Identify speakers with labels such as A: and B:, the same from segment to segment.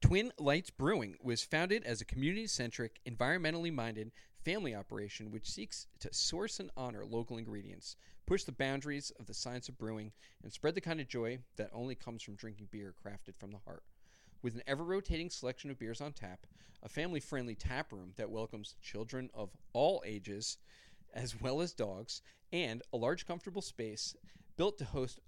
A: Twin Lights Brewing was founded as a community centric, environmentally minded family operation which seeks to source and honor local ingredients, push the boundaries of the science of brewing, and spread the kind of joy that only comes from drinking beer crafted from the heart. With an ever rotating selection of beers on tap, a family friendly tap room that welcomes children of all ages, as well as dogs, and a large, comfortable space built to host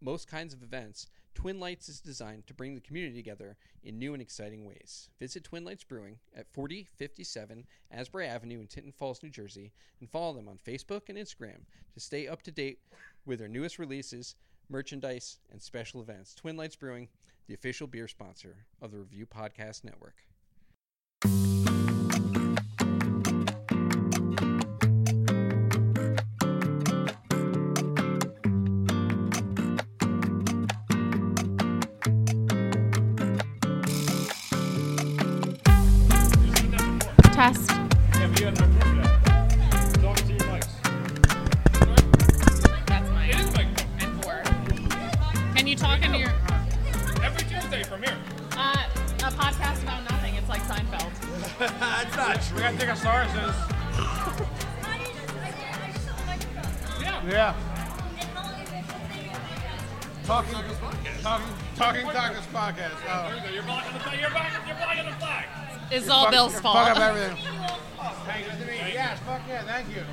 A: most kinds of events, Twin Lights is designed to bring the community together in new and exciting ways. Visit Twin Lights Brewing at 4057 Asbury Avenue in Tinton Falls, New Jersey, and follow them on Facebook and Instagram to stay up to date with their newest releases, merchandise, and special events. Twin Lights Brewing, the official beer sponsor of the Review Podcast Network.
B: Test.
C: Yeah, but you had no proof of that. Talk to your mics.
B: That's
C: It is
B: mine.
C: a microphone.
B: And four. Can you talk into your
C: Every Tuesday from here.
B: uh, a podcast about nothing? It's like Seinfeld.
D: That's not
C: We got Dickosaurus. Yeah.
D: Yeah. Talking Talking Talking Tacos podcast.
C: There
D: Oh.
C: you go. You're blocking the flag. You're blocking, you're blocking the flag.
B: It's all
D: Fuck-
B: Bill's
D: Fuck up
B: fault.
D: everything. Thank you. Yes, fuck yeah, thank you.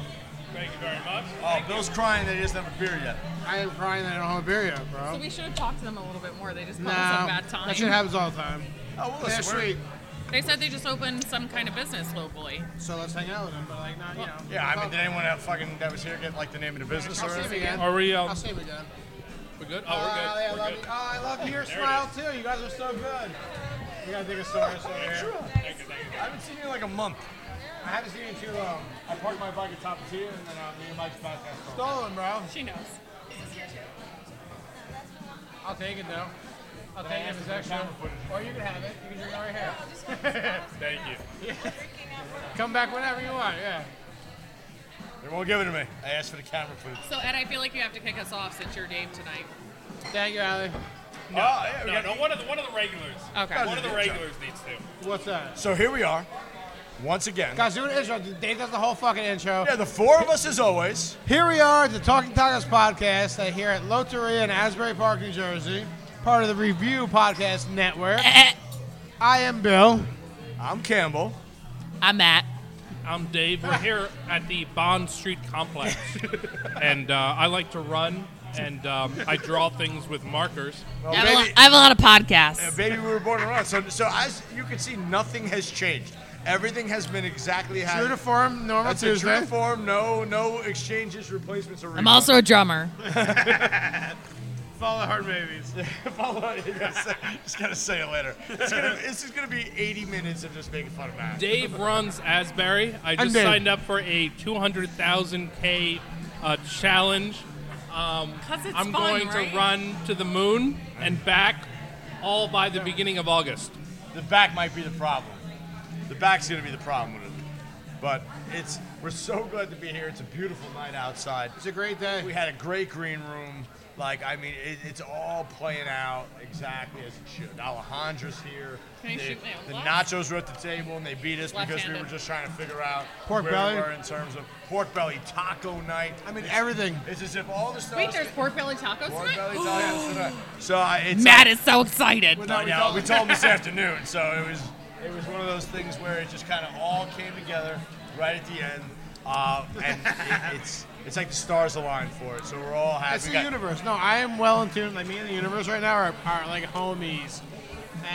C: Thank you very much.
E: Oh, Bill's crying that he doesn't have a beer yet.
D: I am crying that I don't have a beer yet, bro.
B: So we should have talked to them a little bit more. They just
D: no,
B: called us a bad time.
D: that shit happens all the time.
E: Oh, well,
D: They're
E: listen, we're-
D: sweet,
B: They said they just opened some kind of business locally.
D: so let's hang out with them. But like, not you know.
E: Yeah, I mean,
D: fuck.
E: did anyone that fucking that was here get like the name of the business
D: I'll
E: or
D: see him
E: anything?
D: again.
C: Are we, um,
D: I'll see him again.
C: We're good?
D: Oh,
C: Oh,
D: yeah, I
C: we're good.
D: love
C: We're
D: you.
C: good.
D: Oh, I love
C: There
D: your
C: it
D: smile
C: is.
D: too. You guys are so good. We gotta think of stories over here.
C: Thank you, thank you.
E: I haven't seen you in like a month.
D: I haven't seen you um, too long.
E: I parked my bike atop of here, and then uh, me and Mike's podcast.
D: Stolen, bro.
B: She knows.
D: I'll take it though. I'll take it if it's extra. Or you can have it. You can drink it right here.
C: Thank you.
D: Come back whenever you want. Yeah.
E: They won't give it to me. I asked for the camera footage.
B: So Ed, I feel like you have to kick us off since your game tonight.
D: Thank you, Allie.
E: No, yeah, we
C: No,
E: got-
C: no, one of the, one of the regulars.
B: Okay.
C: One of the regulars needs to.
D: What's that?
E: So here we are, once again.
D: Guys, do an intro. Dave does the whole fucking intro.
E: Yeah, the four of us as always.
D: Here we are at the Talking Tacos podcast uh, here at Loteria in Asbury Park, New Jersey, part of the Review Podcast Network.
B: Eh,
D: I am Bill.
E: I'm Campbell.
B: I'm Matt.
C: I'm Dave. We're here at the Bond Street complex, and uh, I like to run, and um, I draw things with markers.
E: Well,
B: I have, a lot,
E: baby,
B: I have a lot of podcasts.
E: yeah, baby, we were born and run. So, so as you can see, nothing has changed. Everything has been exactly how.
D: True to form, normal
E: That's a
D: Tuesday.
E: true form. No, no exchanges, replacements, or.
B: I'm also a drummer.
D: Follow hard movies.
E: Follow up. You gotta say, just gotta say it later. It's gonna, this is gonna be 80 minutes of just making fun of Matt.
C: Dave runs Asbury. I just
D: Dave.
C: signed up for a 200,000K uh, challenge.
B: Because it's
C: I'm
B: fun,
C: going
B: right?
C: to run to the moon and back all by the beginning of August.
E: The back might be the problem. The back's gonna be the problem with it. But it's we're so glad to be here. It's a beautiful night outside.
D: It's a great day.
E: We had a great green room. Like I mean, it, it's all playing out exactly as it should. Alejandra's here.
B: Can you
E: They-
B: shoot me a
E: the
B: left?
E: nachos were at the table and they beat us because we
B: Left-handed.
E: were just trying to figure out
D: Pork
E: where
D: belly?
E: we were in terms of pork belly taco night.
D: I mean, everything.
E: It's as if all the stuff.
B: Wait, there's pork belly tacos
E: Pork belly
B: tonight?
E: tacos tonight. So I it's
B: Matt is so excited.
E: I know, we told him this afternoon, so it was it was one of those things where it just kind of all came together right at the end, uh, and it, it's it's like the stars aligned for it. So we're all happy.
D: It's
E: We
D: the
E: got-
D: universe. No, I am well in tune. Like me and the universe right now are, are like homies.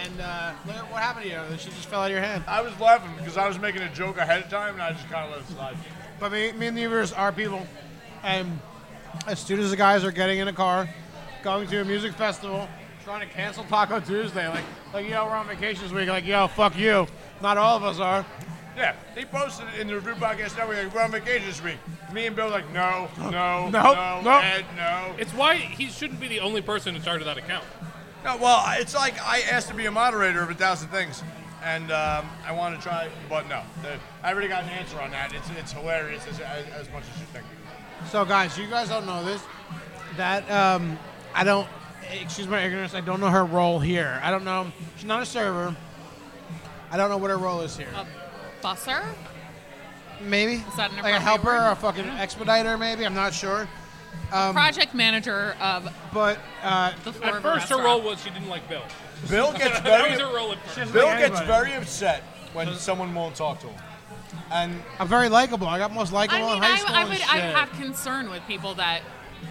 D: And uh, look at what happened to you. She just fell out of your hand.
E: I was laughing because I was making a joke ahead of time, and I just kind of let it slide.
D: But me, me and the universe are people. And as soon as the guys are getting in a car, going to a music festival, trying to cancel Taco Tuesday, like like yo, we're on vacation this week. Like yo, fuck you. Not all of us are.
E: Yeah, they posted it in the review podcast network. Like, we're on vacation this week. Me and Bill were like, no, no,
D: Nope,
E: no,
D: nope.
E: Ed, no.
C: It's why he shouldn't be the only person in charge of that account.
E: No, well, it's like I asked to be a moderator of a thousand things, and um, I want to try, but no. The- I already got an answer on that. It's it's hilarious as, as, as much as you think.
D: So guys, you guys don't know this. That um, I don't. Excuse my ignorance. I don't know her role here. I don't know. She's not a server. I don't know what her role is here.
B: A busser?
D: Maybe
B: Oh. that an
D: like a
B: appropriate
D: helper
B: word?
D: or a fucking expediter? Maybe I'm not sure.
B: Project manager of
D: But uh,
B: the Forever
C: At first, her
B: restaurant.
C: role was she didn't like Bill.
E: Bill gets
C: that
E: very
C: was her role at first.
E: Bill
D: Like
E: gets
D: anybody.
E: very upset when someone won't talk to him. And
D: I'm very likable. I got most
B: I
D: likable
B: mean,
D: in high
B: I,
D: school.
B: I
D: and
B: would
D: shit.
B: I have concern with people that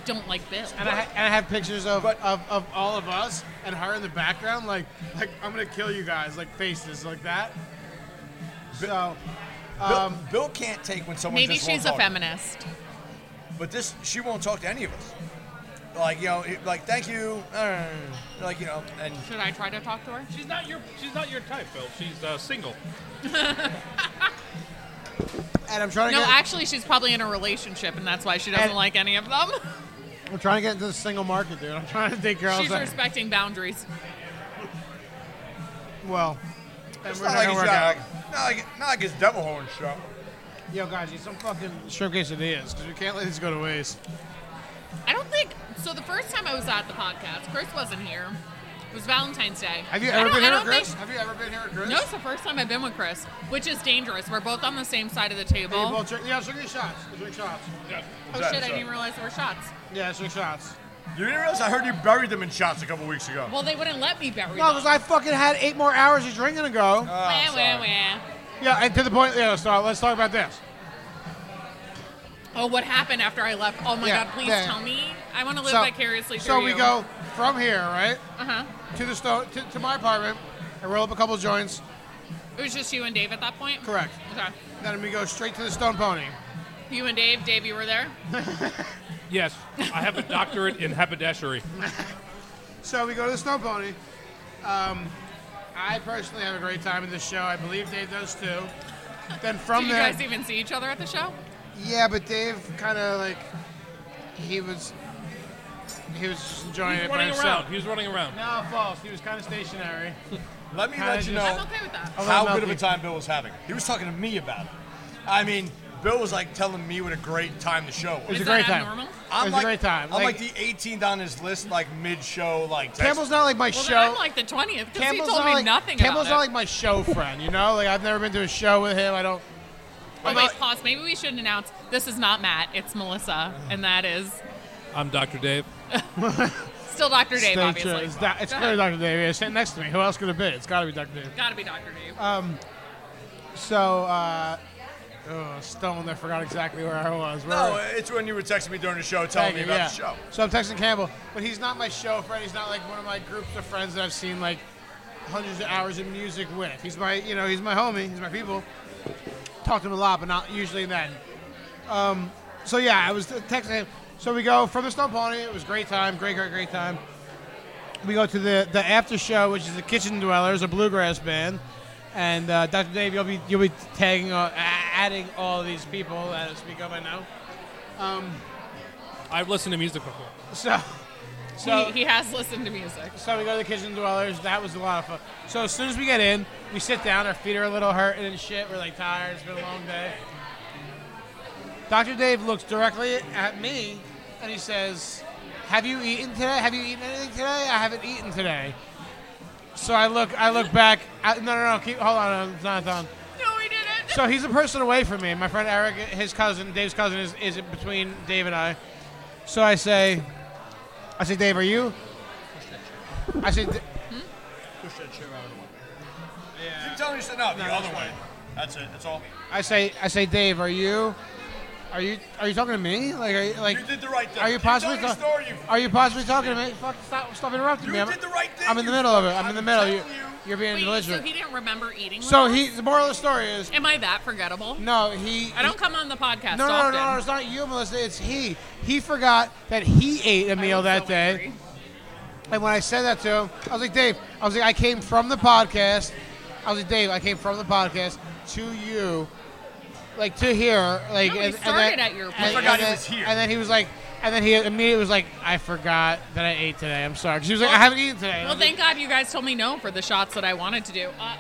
B: don't like Bill.
D: And I, ha- and I have pictures of,
E: But-
D: of, of all of us and her in the background, like like I'm gonna kill you guys, like faces like that. So
E: Bill,
D: Um,
E: Bill can't take when someone
B: Maybe
E: just
B: she's a
E: won't talk to him.
B: feminist.
E: But this, she won't talk to any of us. Like you know, it- like thank you, uh, like you know, and
B: Should I try to talk to her?
C: She's not your she's not your type, Bill. She's uh, single.
D: and I'm trying to
B: No,
D: get
B: actually, she's probably in a relationship, and that's why she doesn't
D: uh, And-
B: like any of them.
D: I'm trying to get into the single market, dude. I'm trying to date girls.
B: she's
D: that-
B: respecting boundaries.
D: well, and
E: it's
D: we're
E: not
D: not
E: like,
D: gonna
E: he's
D: work
E: got,
D: out.
E: like, not like not like his devil horn show.
D: Yo, guys, need some fucking shrimp quesadillas because we can't let this go to waste.
B: I don't think so. The first time I was at the podcast, Chris wasn't here. It was Valentine's Day.
D: Have you
B: I
D: ever
B: don't-
D: been
B: I
D: here,
B: don't think-
D: Chris? Have you ever been here, Chris?
B: No, it's the first time I've been with Chris, which is dangerous. We're both on the same side of the
D: Hey, well,
B: table.
D: drink, yeah, drink these shots. Drink shots.
B: Oh shit! I didn't realize there were shots.
D: Yeah, drink shots.
E: You didn't realize I heard you buried them in shots a couple weeks ago.
B: Well, they wouldn't let me bury
D: No,
B: them.
D: because I fucking had eight more hours of drinking to go.
B: Wah, wah, wah.
D: yeah, and to the point. Yeah, so let's talk about this.
B: Oh, what happened after I left? Oh my
D: Yeah,
B: god! Please
D: yeah.
B: tell me. I want to live vicariously through
D: So we
B: you.
D: go from here, right,
B: Uh huh.
D: to the sto- to, to my apartment, and roll up a couple joints.
B: It was just you and Dave at that point.
D: Correct.
B: Okay.
D: Then we go straight to the Stone Pony.
B: You and Dave. Dave, you were there.
C: Yes, I have a doctorate in haberdashery.
D: So we go to the Stone Pony. Um, I personally have a great time in this show. I believe Dave does too. Then
B: Did
D: from
B: you
D: there,
B: guys even see each other at the show?
D: yeah, but Dave kind of like he was he was just enjoying
C: He's
D: it by
C: running
D: himself.
C: around. He's running around.
D: No, false. He was kind of stationary.
E: Let me
D: How
E: let
D: did
E: you
D: you-
B: I'm
E: know
B: okay with that.
D: Oh.
E: how
D: Hello,
E: good of a
D: Melky.
E: time Bill was having. He was talking to me about it. I mean, Bill was like telling me what a great time the show was.
D: It's
B: Is
D: a
B: that
D: great time.
B: abnormal?
E: I'm
D: was a
E: like,
D: great time.
E: I'm
D: Like-
E: like, the 18th on his list, like mid-show, like text.
D: Campbell's not like my
B: Well,
D: show.
B: then I'm like the 20th because he
D: Campbell's
B: told
D: not
B: me
D: like,
B: nothing
D: Campbell's not
B: about
D: like my show friend, you know. Like I've never been to a show with him. I don't.
B: it. Oh, wait, pause. Maybe we should announce this is not Matt, it's Melissa, and that is
C: I'm Dr. Dave.
B: still Dr. Dave,
D: Stay
B: obviously.
D: true. It's, da- it's clearly Dr. Dave. Yeah, sitting next to me. Who else could it be? It's got to be Dr. Dave.
B: Gotta be Dr. Dave.
D: Uh, So, uh, oh, stoned. I forgot exactly where I was. Where
E: No, it's when you were texting me during the show, telling me about
D: yeah.
E: the show.
D: So I'm texting Campbell, but he's not my show friend. He's not like one of my groups of friends that I've seen like hundreds of hours of music with. He's my, you know, he's my homie. He's my people. Talk to him a lot, but not usually then. Um, so yeah, I was texting him. So we go from the Stump Pony. It was a great time. Great, great, great time. We go to the the after show, which is the Kitchen Dwellers, a bluegrass band. And uh, Dr. Dave, you'll be you'll be tagging uh, adding all these people that speak up. I know.
C: I've listened to music before.
D: So, so
B: he, he has listened to music.
D: So we go to the kitchen dwellers. That was a lot of fun. So as soon as we get in, we sit down. Our feet are a little hurting and shit. We're like tired. It's been a long day. Dr. Dave looks directly at me and he says, Have you eaten today? Have you eaten anything today? I haven't eaten today. So I look I look back. I, no, no, no. Keep, hold on. It's not done.
B: No, he didn't.
D: So he's a person away from me. My friend Eric, his cousin, Dave's cousin, is, is between Dave and I. So I say, I say, Dave, are you? I say, "D-
E: Keep telling yourself no, the other way. That's it. That's all.
D: I say, I say, Dave, are you, are you, are you talking to me? Like, are you, like,
E: You did the right thing.
D: are you
E: Keep
D: possibly,
E: telling
D: ta-
E: your story, you
D: are you possibly talking to me? Fuck, stop, stop interrupting
E: You
D: me. I'm,
E: did the right thing,
D: I'm in the
E: you
D: middle of it.
E: fuck-
D: I'm in the
E: I'm
D: middle. You,
E: telling you.
D: you're being
B: Wait, so
D: belligerent.
B: he didn't remember eating. with
D: So
B: us?
D: he, the moral of the story is,
B: Am I that forgettable?
D: no, he.
B: I don't come on the podcast
D: No, no, no,
B: often.
D: no, it's not you, Melissa. It's he. He forgot that he ate a
B: I
D: meal
B: was
D: that
B: so
D: day.
B: angry.
D: And when I said that to him, I was like, Dave, I was like, I came from the podcast. I was like, Dave, I came from the podcast to you, like to here, like.
B: No, he
D: and,
B: started
D: and then,
B: at your
D: and-
B: place.
E: I forgot
D: and
E: he
D: then-
E: was here.
D: And then he was like, and then he immediately was like, I forgot that I ate today. I'm sorry. 'Cause he was like, I haven't eaten today. And I
B: Well,
D: was
B: thank
D: like,
B: God you guys told me no for the shots that I wanted to do. Uh,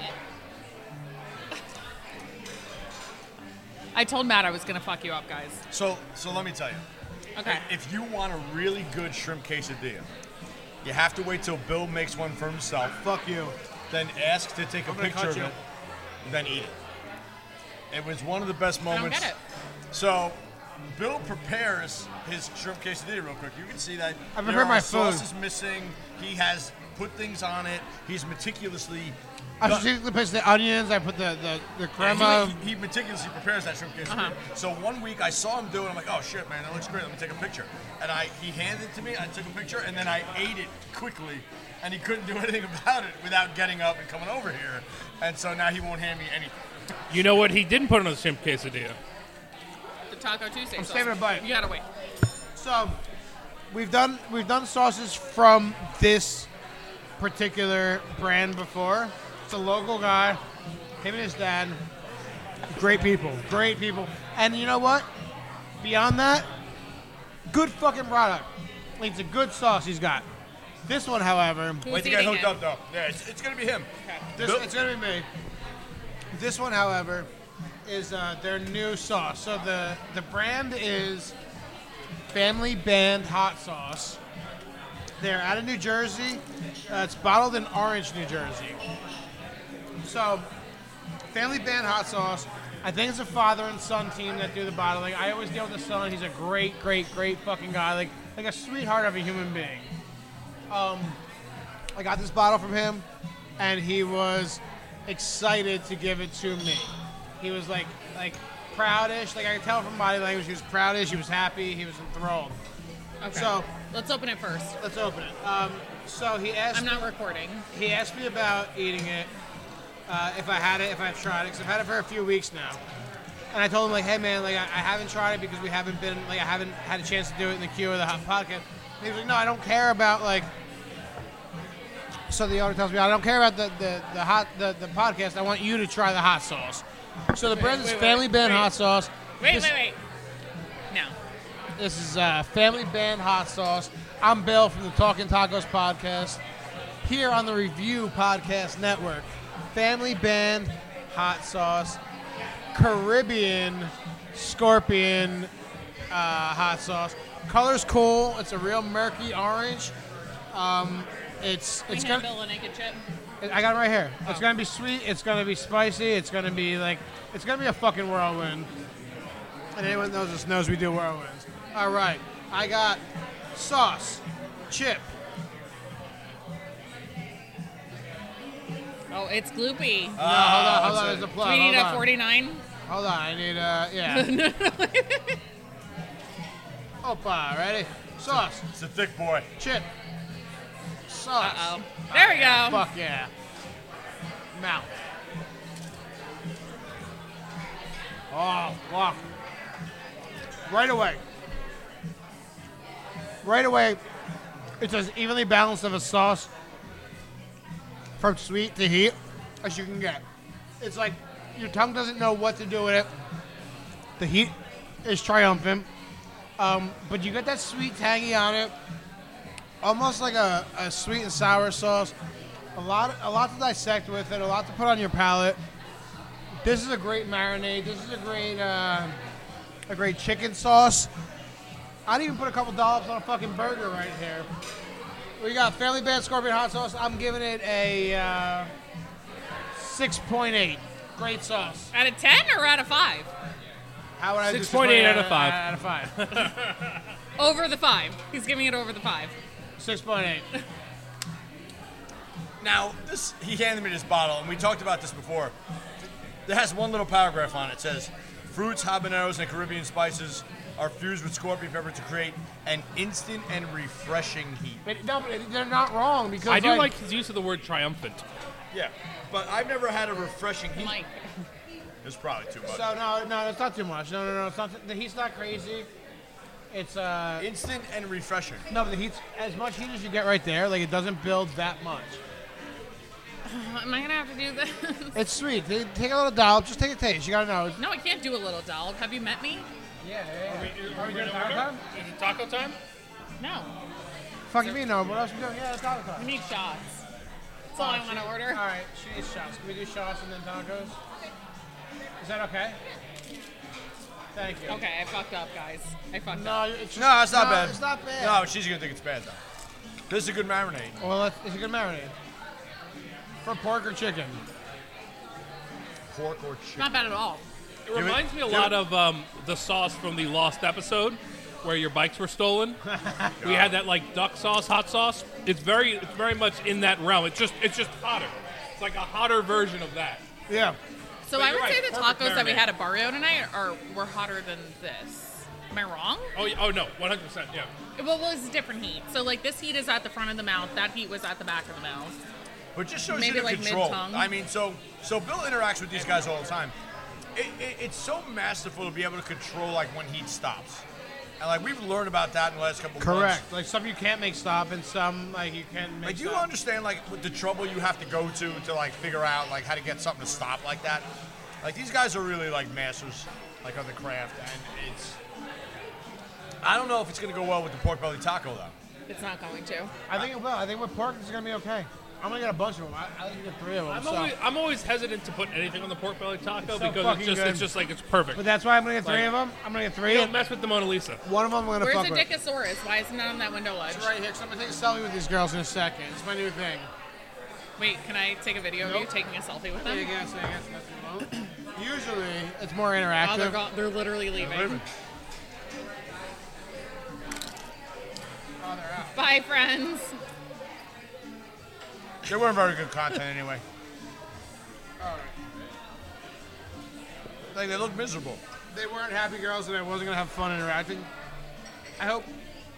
B: I told Matt I was gonna fuck you up, guys.
E: So, so let me tell you.
B: Okay.
E: If you want a really good shrimp quesadilla, you have to wait till Bill makes one for himself.
D: Fuck you.
E: Then ask to take a
D: gonna
E: picture
D: cut
E: of
D: you.
E: it. and then eat it. It was one of the best
B: I don't
E: moments.
B: get it.
E: So Bill prepares his shrimp quesadilla real quick. You can see that.
D: I prepared
E: there are
D: my
E: sauce
D: food.
E: is missing. He has put things on it. He's meticulously.
D: I
E: done-
D: specifically put the onions. I put the the, the crema.
E: he, he, he meticulously prepares that shrimp quesadilla. So one week I saw him do it. I'm like, oh shit, man, that looks great. Let me take a picture. And I he handed it to me. I took a picture, and then I ate it quickly. And he couldn't do anything about it without getting up and coming over here. And so now he won't hand me anything.
C: You know what he didn't put on his shrimp quesadilla?
B: The Taco Tuesday.
D: I'm
B: sauce.
D: saving a bite.
B: You gotta wait.
D: So um, we've done we've done sauces from this particular brand before. It's a local guy. Him and his dad. Great people. Great people. And you know what? Beyond that, good fucking product. Like, It's a good sauce he's got. This one, however,
B: Who's
E: Wait, to get
B: eating
E: hooked
B: it?
E: up though. Yeah, it's, it's gonna be him.
D: this, it's gonna be me. This one, however, is uh, their new sauce. So the the brand is Family Band Hot Sauce. They're out of New Jersey. Uh, it's bottled in Orange, New Jersey. So, Family Band Hot Sauce. I think it's a father and son team that do the bottling. I always deal with the son. He's a great, great, great fucking guy. Like, like a sweetheart of a human being. I got this bottle from him, and he was excited to give it to me. He was like, like proudish. Like I could tell from body language, he was proudish. He was happy. He was enthralled.
B: Okay.
D: So-
B: let's open it first.
D: Let's open it. Um, so he asked.
B: I'm not recording.
D: He asked me about eating it, uh, if I had it, if I've tried it, 'cause I've had it for a few weeks now. And I told him like, hey man, like I, I haven't tried it because we haven't been like I haven't had a chance to do it in the queue of the hot podcast. And he was like, no, I don't care about like. So the owner tells me, I don't care about the the, the hot the, the podcast. I want you to try the hot sauce. So the brand is
B: wait,
D: Family
B: wait,
D: Band
B: wait.
D: Hot Sauce.
B: Wait,
D: This-
B: wait, wait. No.
D: this is uh, Family Band Hot Sauce. I'm Bill from the Talking Tacos podcast here on the Review Podcast Network. Family Band Hot Sauce, Caribbean Scorpion uh, Hot Sauce. Color's cool. It's a real murky orange. Um, it's
B: We
D: it's
B: had
D: gonna,
B: Bill a naked chip.
D: I got it right here. It's gonna be sweet. It's gonna be spicy. It's gonna be like, it's gonna be a fucking whirlwind. And anyone that knows us knows we do whirlwinds. All right, I got sauce, chip.
B: Oh, it's gloopy.
D: No, hold on, hold on. There's a plug.
B: Oh, we need
D: Oh, hold
B: a
D: on.
B: 49.
D: Hold on, I need a yeah. Opa, ready? Sauce,
E: It's a thick boy.
D: chip, sauce.
B: Uh-oh. There we go.
D: Fuck yeah. Mouth. Oh, fuck. Right away. Right away, it's as evenly balanced of a sauce from sweet to heat as you can get. It's like your tongue doesn't know what to do with it. The heat is triumphant. Um, but you get that sweet tangy on it almost like a, a sweet and sour sauce. A lot, a lot to dissect with it. A lot to put on your palate. This is a great marinade. This is a great, uh, a great chicken sauce. I'd even put a couple dollops on a fucking burger right here. We got Family Band Scorpion Hot Sauce. I'm giving it a uh, six point eight. Great sauce.
B: Out of 10 or out of 5?
D: How would I do
C: 6.8 out of five.
D: Out of five.
B: Over the 5. He's giving it over the 5.
D: Six point eight.
E: Now, this he handed me this bottle, and we talked about this before. It has one little paragraph on it. It says, "Fruits, habaneros, and Caribbean spices are fused with scorpion pepper to create an instant and refreshing heat."
D: But no, but they're not wrong because
C: I do like his use of the word triumphant.
E: Yeah, but I've never had a refreshing heat.
B: Mike.
E: It's probably too much.
D: So no, no, it's not too much. No, no, no, it's not. The heat's not crazy. It's uh,
E: instant and refreshing.
D: no, but the heat's as much heat as you get right there. Like it doesn't build that much.
B: Am I going to have to do this?
D: It's sweet. Ta- Take a little dollop. Just take a taste. You gotta know. It's,
B: No, I can't do a little dollop. Have you met me?
D: yeah, yeah. Are we, doing
C: Is
D: taco time?
C: it taco time?
B: No.
D: Fuck you, mean, no. What else we doing? Yeah, it's taco time.
B: We need shots. That's all I want to order.
D: All right, she needs shots. Can we do shots and then tacos? Is that okay? Thank you.
B: Okay, I fucked up, guys. I fucked up.
D: No, it's just,
E: No, it's not bad.
D: It's not bad.
E: No, she's gonna think it's bad though. This is a good marinade.
D: Well, it's, it's a good marinade. For pork or chicken?
E: pork or chicken.
B: Not bad at all.
C: It reminds me a lot of um, the sauce from the lost episode where your bikes were stolen. we had that like duck sauce, hot sauce. It's very, it's very much in that realm. It's just, it's just hotter. It's like a hotter version of that.
D: Yeah.
B: So
C: But
B: I
C: you're
B: would
C: right,
B: say the tacos
C: perfect
B: that we
C: marinade.
B: had at Barrio tonight are were hotter than this. Am I wrong?
C: Oh, yeah, oh no, 100. percent Yeah.
B: Well, well, it's a different heat. So like this heat is at the front of the mouth. That heat was at the back of the mouth.
E: But just shows
B: Maybe
E: you the
B: like
E: control.
B: mid-tongue.
E: I mean, so so Bill interacts with these guys all the time. It, it, it's so masterful to be able to control like when heat stops, and like we've learned about that in the last couple. Months.
D: Correct. Like some you can't make stop, and some like you can make.
E: Like, do you
D: stop.
E: understand like what the trouble you have to go to to like figure out like how to get something to stop like that? Like these guys are really like masters like of the craft, and it's. I don't know if it's gonna go well with the pork belly taco though.
B: It's not going to.
D: I think it will. I think with pork it's gonna be okay. I'm gonna get a bunch of them. I, I think you get three of them.
C: I'm
D: so.
C: always, I'm always hesitant to put anything on the pork belly taco
D: so
C: because
D: fucking
C: it's just,
D: good.
C: it's just like it's perfect.
D: but that's why I'm gonna get three
C: Like-
D: of them. I'm gonna get
C: You
D: three.
C: don't
D: And
C: mess with the Mona Lisa.
D: one of them I'm gonna
B: Where's
D: fuck
B: the
D: with.
B: Dickosaurus? Why isn't it on that window ledge?
D: It's right here. 'cause I'm gonna take a selfie with these girls in a second. It's my new thing.
B: Wait, can I take a video of you
D: Nope.
B: taking a selfie with
D: I
B: them?
D: guess, I guess that's the most. Usually it's more
B: Oh, they're,
D: interactive.
B: gone. they're literally leaving.
D: Oh, they're out.
B: Bye, friends.
E: They weren't very good content anyway. Like they look miserable.
D: They weren't happy girls, and I wasn't gonna have fun interacting. I hope.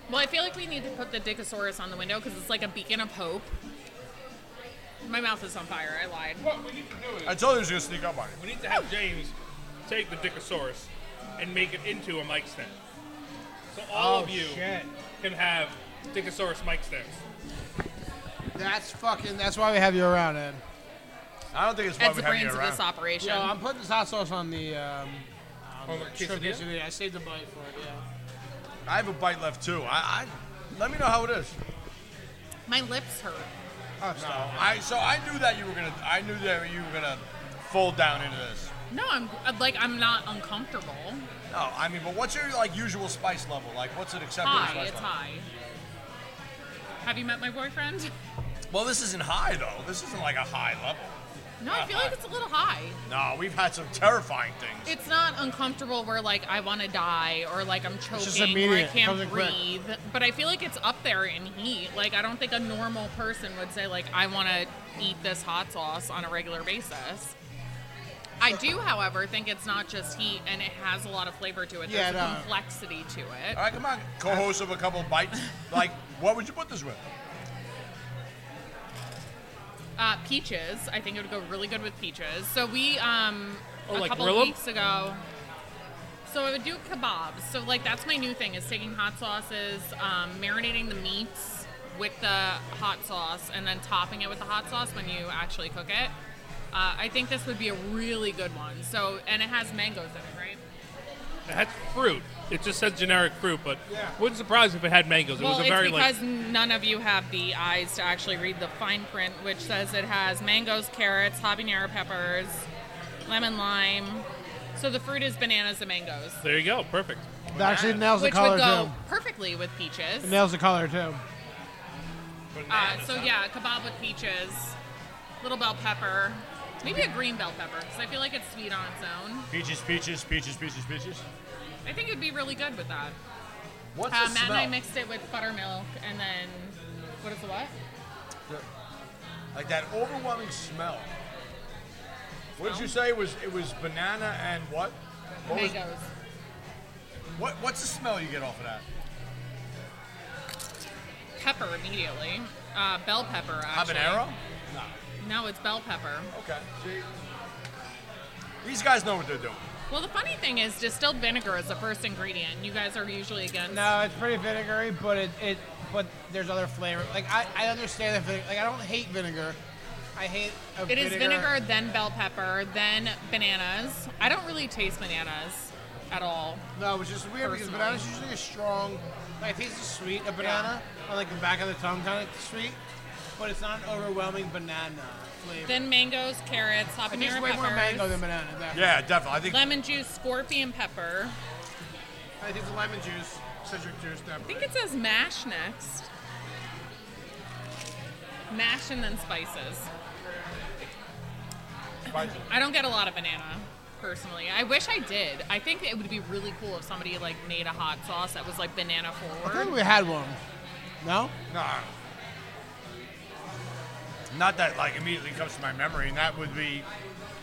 B: Well, I feel like we need to put the Dickosaurus on the window because it's like a beacon of hope. My mouth is on fire. I lied.
C: What we need to do
E: I
C: is
E: told you he was gonna sneak up on you.
C: we need to have James take the Dickosaurus and make it into a mic stand. So all of you
D: Oh, shit.
C: can have Dickosaurus mic stands.
D: That's fucking. That's why we have you around, Ed.
E: I don't think it's why
B: Ed's
E: we
B: the
E: have you
B: brains of
E: around.
B: this operation.
D: Yo, I'm putting this hot sauce on the. Um,
C: On the quesadilla?
D: I saved the bite for it. Yeah.
E: I have a bite left too. I, I let me know how it is.
B: My lips hurt.
D: Oh, stop.
E: I so I knew that you were gonna. I knew that you were gonna fold down into this.
B: No, I'm uh, like I'm not uncomfortable.
E: No, I mean, but what's your like usual spice level? Like, what's an acceptable
B: High,
E: spice
B: it's
E: level?
B: high. Have you met my boyfriend?
E: Well, this isn't high though. This isn't like a high level.
B: No,
D: Uh,
B: I feel like it's a little high.
E: No, we've had some terrifying things.
B: It's not uncomfortable where like I want to die or like I'm
D: just
B: choking or I
D: immediate. Comes in
B: can't
D: quick.
B: breathe. But I feel like it's up there in heat. Like I don't think a normal person would say like I want to eat this hot sauce on a regular basis. I do, however, think it's not just heat and it has a lot of flavor to it. There's
D: Yeah,
B: a
D: no.
B: complexity to it.
E: All right, come on, co-host of a couple bites. Like, what would you put this with?
B: Uh, peaches. I think it would go really good with peaches. So we um
C: Oh,
B: a
C: like
B: couple
C: grill 'em?
B: weeks ago. So I would do kebabs. So like that's my new thing is taking hot sauces, um, marinating the meats with the hot sauce, and then topping it with the hot sauce when you actually cook it. Uh, I think this would be a really good one. So and it has mangoes in it, right?
C: That's fruit. It just says generic fruit, but
D: Yeah.
C: wouldn't surprise me if it had mangoes. It
B: well,
C: was a
B: it's
C: very like
B: because none of you have the eyes to actually read the fine print, which says it has mangoes, carrots, habanero peppers, lemon lime. So the fruit is bananas and mangoes,
C: there you go, perfect.
D: That actually nails the
B: which would
D: color
B: go
D: too.
B: perfectly with peaches.
D: It nails the color too.
B: Uh, so yeah, kebab with peaches, little bell pepper, maybe a green bell pepper because I feel like it's sweet on its own.
E: Peaches, peaches, peaches, peaches, peaches.
B: I think it'd be really good with that.
E: What's
B: Uh,
E: the
B: Matt and I
E: smell?
B: mixed it with buttermilk, and then what is the what?
E: like that overwhelming smell. What did you say? It was it was banana and what? What, was,
B: Mangoes.
E: what? What's the smell you get off of that?
B: Pepper immediately. Uh, bell pepper. Actually.
E: Habanero.
B: No, it's bell pepper.
E: Okay. These guys know what they're doing.
B: Well, the funny thing is, distilled vinegar is the first ingredient. You guys are usually against.
D: No, it's pretty vinegary, but it, it but there's other flavor. Like I, I understand that vinegar. Like I don't hate vinegar. I hate. A
B: It is
D: vinegar.
B: vinegar, then bell pepper, then bananas. I don't really taste bananas at all.
D: No, which is weird because
B: Personally.
D: bananas usually a strong. Like it tastes sweet a banana on like the back of the tongue kind of sweet, but it's not an overwhelming banana flavor.
B: Then mangoes, carrots,
D: I think
B: habanero
D: it's way more mango
B: peppers,
D: than banana. Definitely.
E: Yeah, definitely. I think
B: lemon juice, scorpion pepper.
D: I think the lemon juice, citric juice,
B: I
D: definitely.
B: think it says mash next. Mash and then spices.
E: Find you.
B: I don't get a lot of banana personally. I wish I did. I think it would be really cool if somebody like made a hot sauce that was like banana
D: I think
B: forward.
D: we had one. No?
E: Nah. Not that like immediately comes to my memory, and that would be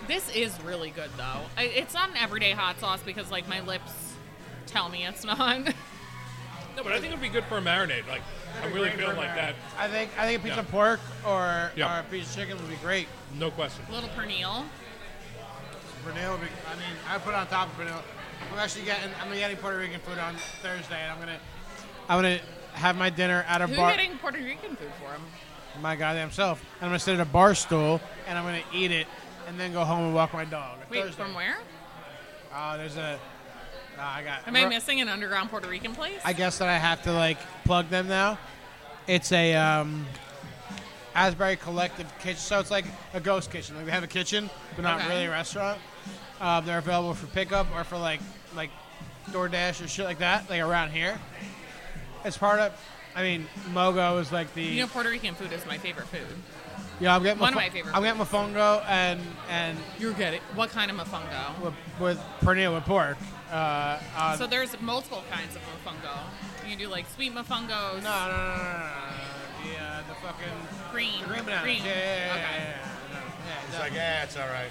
B: This is really good though. I, it's not an everyday hot sauce because like my lips tell me it's not.
C: No, but I think it'd be good for a marinade. Like, I'm really feeling like that.
D: I think I think a piece
C: Yeah.
D: of pork or,
C: Yeah.
D: or a piece of chicken would be great.
C: No question.
B: Little pernil.
D: Vanilla would be, I mean, I put it on top of vanilla. I'm actually getting I'm getting Puerto Rican food on Thursday and I'm gonna I'm gonna have my dinner at a
B: Who
D: bar
B: getting Puerto Rican food for him?
D: my goddamn self. And I'm gonna sit at a bar stool and I'm gonna eat it and then go home and walk my dog.
B: Wait,
D: Thursday.
B: from where?
D: Oh, there's a oh, I got
B: Am I missing an underground Puerto Rican place?
D: I guess that I have to like plug them now. It's a um, Asbury Collective kitchen, so it's like a ghost kitchen. Like they have a kitchen, but not
B: Okay.
D: really a restaurant. Um, they're available for pickup or for like like DoorDash or shit like that, like around here. It's part of. I mean, Mogo is like the.
B: you know, Puerto Rican food is my favorite food.
D: yeah, I'm getting
B: one of
D: mofo-
B: my favorite
D: I'm getting mofongo and and
B: You get it. What kind of mofongo?
D: with, with pernil with pork. Uh, on,
B: So there's multiple kinds of mofongo. You can do like sweet mofongos,
D: no, no, no, no, no, no, no. The, uh, the fucking
B: green,
D: green banana. Yeah, yeah, yeah,
B: okay.
D: yeah, yeah, yeah.
E: it's like, yeah, it's all right.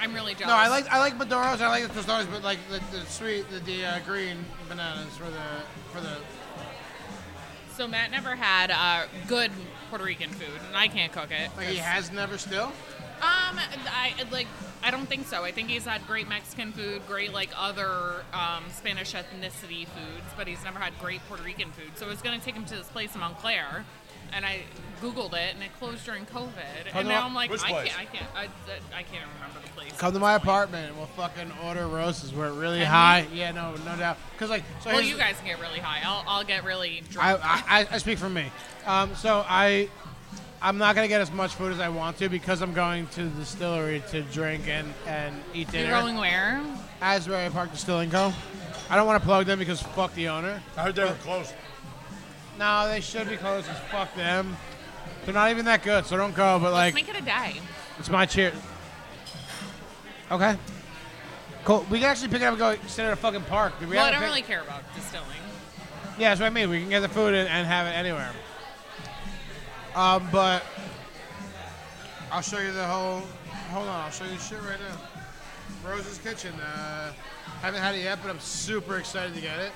B: I'm really jealous.
D: No, I like I like Maduros. I like the Tostados, but like the, the sweet, the, the uh, green bananas for the for the.
B: So Matt never had uh, good Puerto Rican food, and I can't cook it.
D: Like he has never still.
B: Um, I like. I don't think so. I think he's had great Mexican food, great like other um, Spanish ethnicity foods, but he's never had great Puerto Rican food. So I was going to take him to this place in Montclair, and I googled it, and it closed during COVID.
D: Come
B: and now
D: on.
B: I'm like,
E: Which
B: I
E: place?
B: can't, I can't, I, I can't even remember the place.
D: Come to my apartment. and We'll fucking order roses. We're really
B: Can
D: high. Yeah, no, no doubt. Cause like, so
B: Well,
D: here's-
B: you guys can get really high. I'll, I'll get really
D: I,
B: drunk.
D: I I- I speak for me. Um, so I, I'm not gonna get as much food as I want to because I'm going to the distillery to drink and and eat
B: You're
D: dinner.
B: going where?
D: Asbury Park Distilling Co. I don't want to plug them because fuck the owner.
E: I heard they were close.
D: No, they should be closed. 'cause Fuck them. They're not even that good, so don't go. But like,
B: Let's make it a day.
D: It's my cheer. Okay. Cool. We can actually pick it up and go sit at a fucking park. Do we
B: well, I
D: have a
B: don't really
D: pic-
B: care about distilling.
D: Yeah, that's what I mean. We can get the food and, and have it anywhere. Um, but I'll show you the whole. Hold on, I'll show you the shit right now. Rose's Kitchen. Uh, haven't had it yet, but I'm super excited to get it,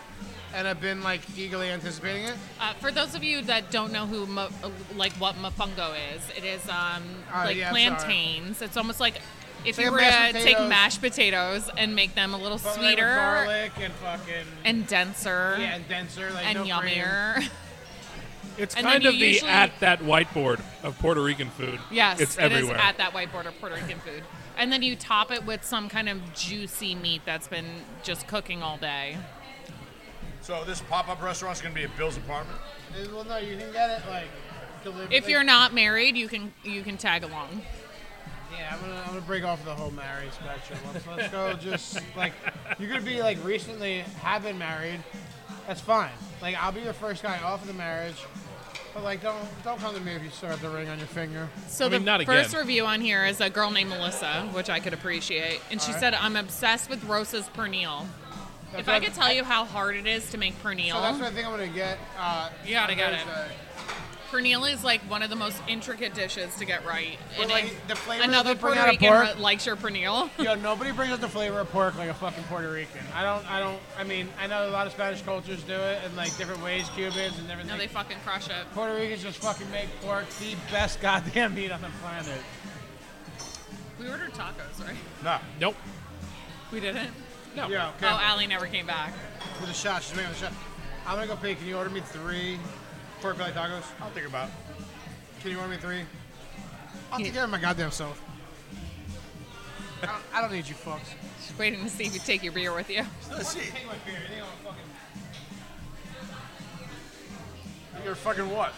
D: and I've been like eagerly anticipating it.
B: Uh, for those of you that don't know who, mo- uh, like what mofongo is, it is um,
D: Oh,
B: like
D: yeah, I'm
B: plantains. It's almost like if
D: like
B: you
D: a
B: were
D: mashed
B: to take
D: potatoes.
B: mashed potatoes and make them a little
D: But, like, with
B: sweeter
D: garlic and fucking
B: and denser
D: yeah, and denser, like
B: and
D: no cream.
B: yummier.
C: It's
B: And then
C: kind
B: you
C: of the
B: usually-
C: at that whiteboard of Puerto Rican food.
B: yes,
C: it's
B: it is
C: everywhere.
B: at that whiteboard of Puerto Rican food. And then you top it with some kind of juicy meat that's been just cooking all day.
E: So this pop-up restaurant's gonna be at Bill's apartment.
D: Well, no, you can get it like delivered.
B: If you're not married, you can you can tag along.
D: Yeah, I'm gonna, I'm gonna break off the whole marriage spectrum. Let's, let's go just like you could be like recently have been married. That's fine. Like I'll be the first guy off of the marriage, but like don't don't come to me if you still have the ring on your finger.
B: So
C: I mean,
B: the
C: not again.
B: first review on here is a girl named Melissa, which I could appreciate, and she said, "I'm obsessed with Rosa's pernil.
D: That's
B: if I
D: what-
B: could tell you how hard it is to make pernil,
D: so that's what I think I'm gonna get. Uh,
B: You gotta
D: on
B: get it.
D: Thursday.
B: pernil is like one of the most intricate dishes to get right.
D: But,
B: And
D: like,
B: if
D: the flavor
B: another
D: they bring
B: Puerto
D: out of
B: Rican
D: pork-
B: re- likes your pernil.
D: Yo, nobody brings up the flavor of pork like a fucking Puerto Rican. I don't. I don't. I mean, I know a lot of Spanish cultures do it in like different ways, Cubans and different.
B: no,
D: things.
B: they fucking crush it.
D: Puerto Ricans just fucking make pork the best goddamn meat on the planet.
B: We ordered tacos, right?
E: No.
C: Nope.
B: We didn't.
C: No.
D: Yeah.
B: Oh, Allie never came back.
D: With a shot, she's making a shot. I'm gonna go pay. Can you order me three pork belly tacos?
E: I'll think about. It.
D: Can you order me three? I'll
B: Yeah.
D: take care of my goddamn self. I don't, I don't need you fucks.
B: Just waiting to see if you take your beer with you.
E: Let's see.
D: Take my beer. They don't fucking-
E: You're fucking what?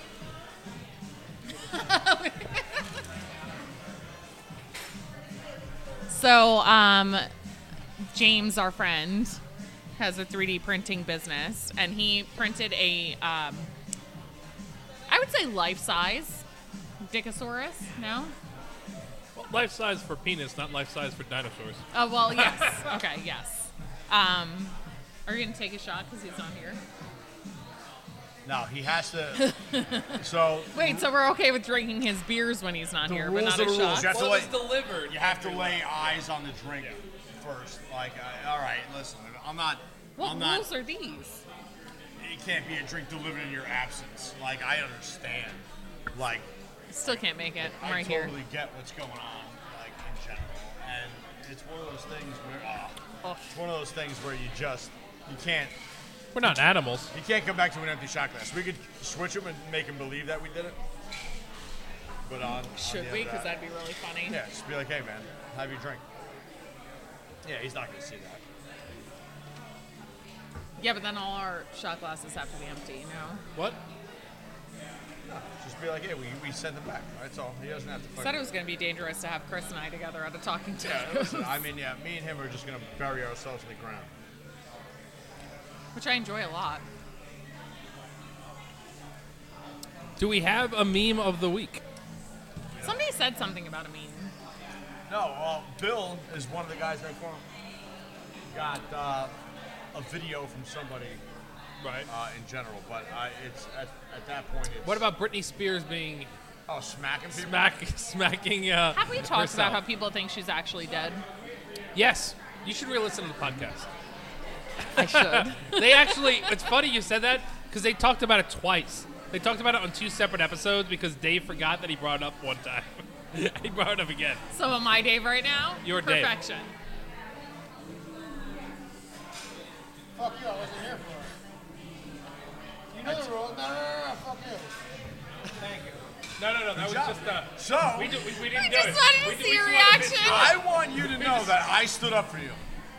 B: So, um, James, our friend, has a 3D printing business, and he printed a, um, I would say, life size Dickosaurus. No,
C: Well, life size for penis, not life size for dinosaurs.
B: Oh well, yes. okay, yes. Um, are you gonna take a shot because he's on here?
E: No, he has to. so
B: Wait, so we're okay with drinking his beers when he's not here, but
E: rules
B: not
E: are
B: a
E: Mm-hmm. the rules.
B: shot.
E: You have to
F: Well,
E: lay,
F: it was delivered.
E: you have to lay eyes on the drink first. Like, I, all right, listen, I'm not.
B: What
E: I'm not.
B: rules are these?
E: it can't be a drink delivered in your absence. Like, I understand. Like,
B: Still can't make it. I'm
E: I
B: right here.
E: totally get what's going on, like in general. And it's one of those things where, ah,
B: Oh.
E: it's one of those things where you just you can't
C: We're not animals.
E: you can't come back to an empty shot glass. We could switch them and make them believe that we did it. But on on
B: Should
E: the
B: we?
E: other
B: Because
E: hand-
B: that'd be really funny.
E: Yeah, just be like, hey man, have your drink. Yeah, he's not gonna see that.
B: Yeah, but then all our shot glasses have to be empty, you know?
C: What?
E: Just be like, hey, we, we sent them back. That's all. He doesn't have to.
B: Said
E: fucking-
B: it was going to be dangerous to have Chris and I together at a talking to.
E: Yeah, listen, I mean, yeah, me and him are just gonna bury ourselves in the ground.
B: which I enjoy a lot.
C: Do we have a meme of the week?
B: Somebody said something about a meme.
E: No, uh, Bill is one of the guys that formed. Got uh, a video from somebody
C: Right.
E: uh, in general, but I, it's at, at that point. It's,
C: What about Britney Spears being
E: oh smacking people?
C: smack smacking? Uh,
B: Have we talked
C: herself?
B: about how people think she's actually dead?
C: Yes, you should re-listen to the podcast.
B: I should.
C: They actually, it's funny you said that because they talked about it twice. They talked about it on two separate episodes because Dave forgot that he brought it up one time. he brought it up again.
B: so am I Dave right now?
C: You're Dave.
B: Perfection.
D: Fuck you, I wasn't here for it. You know the rules. No, no, no, no, fuck you. Thank you.
C: No, no, no. That was
E: job.
C: just uh,
E: So
C: we, do, we, we didn't
B: I
C: do
B: just
C: it.
B: wanted to
C: We did-
B: see
C: we
B: your
C: just wanted
B: reaction.
E: I want you to know that I stood up for you,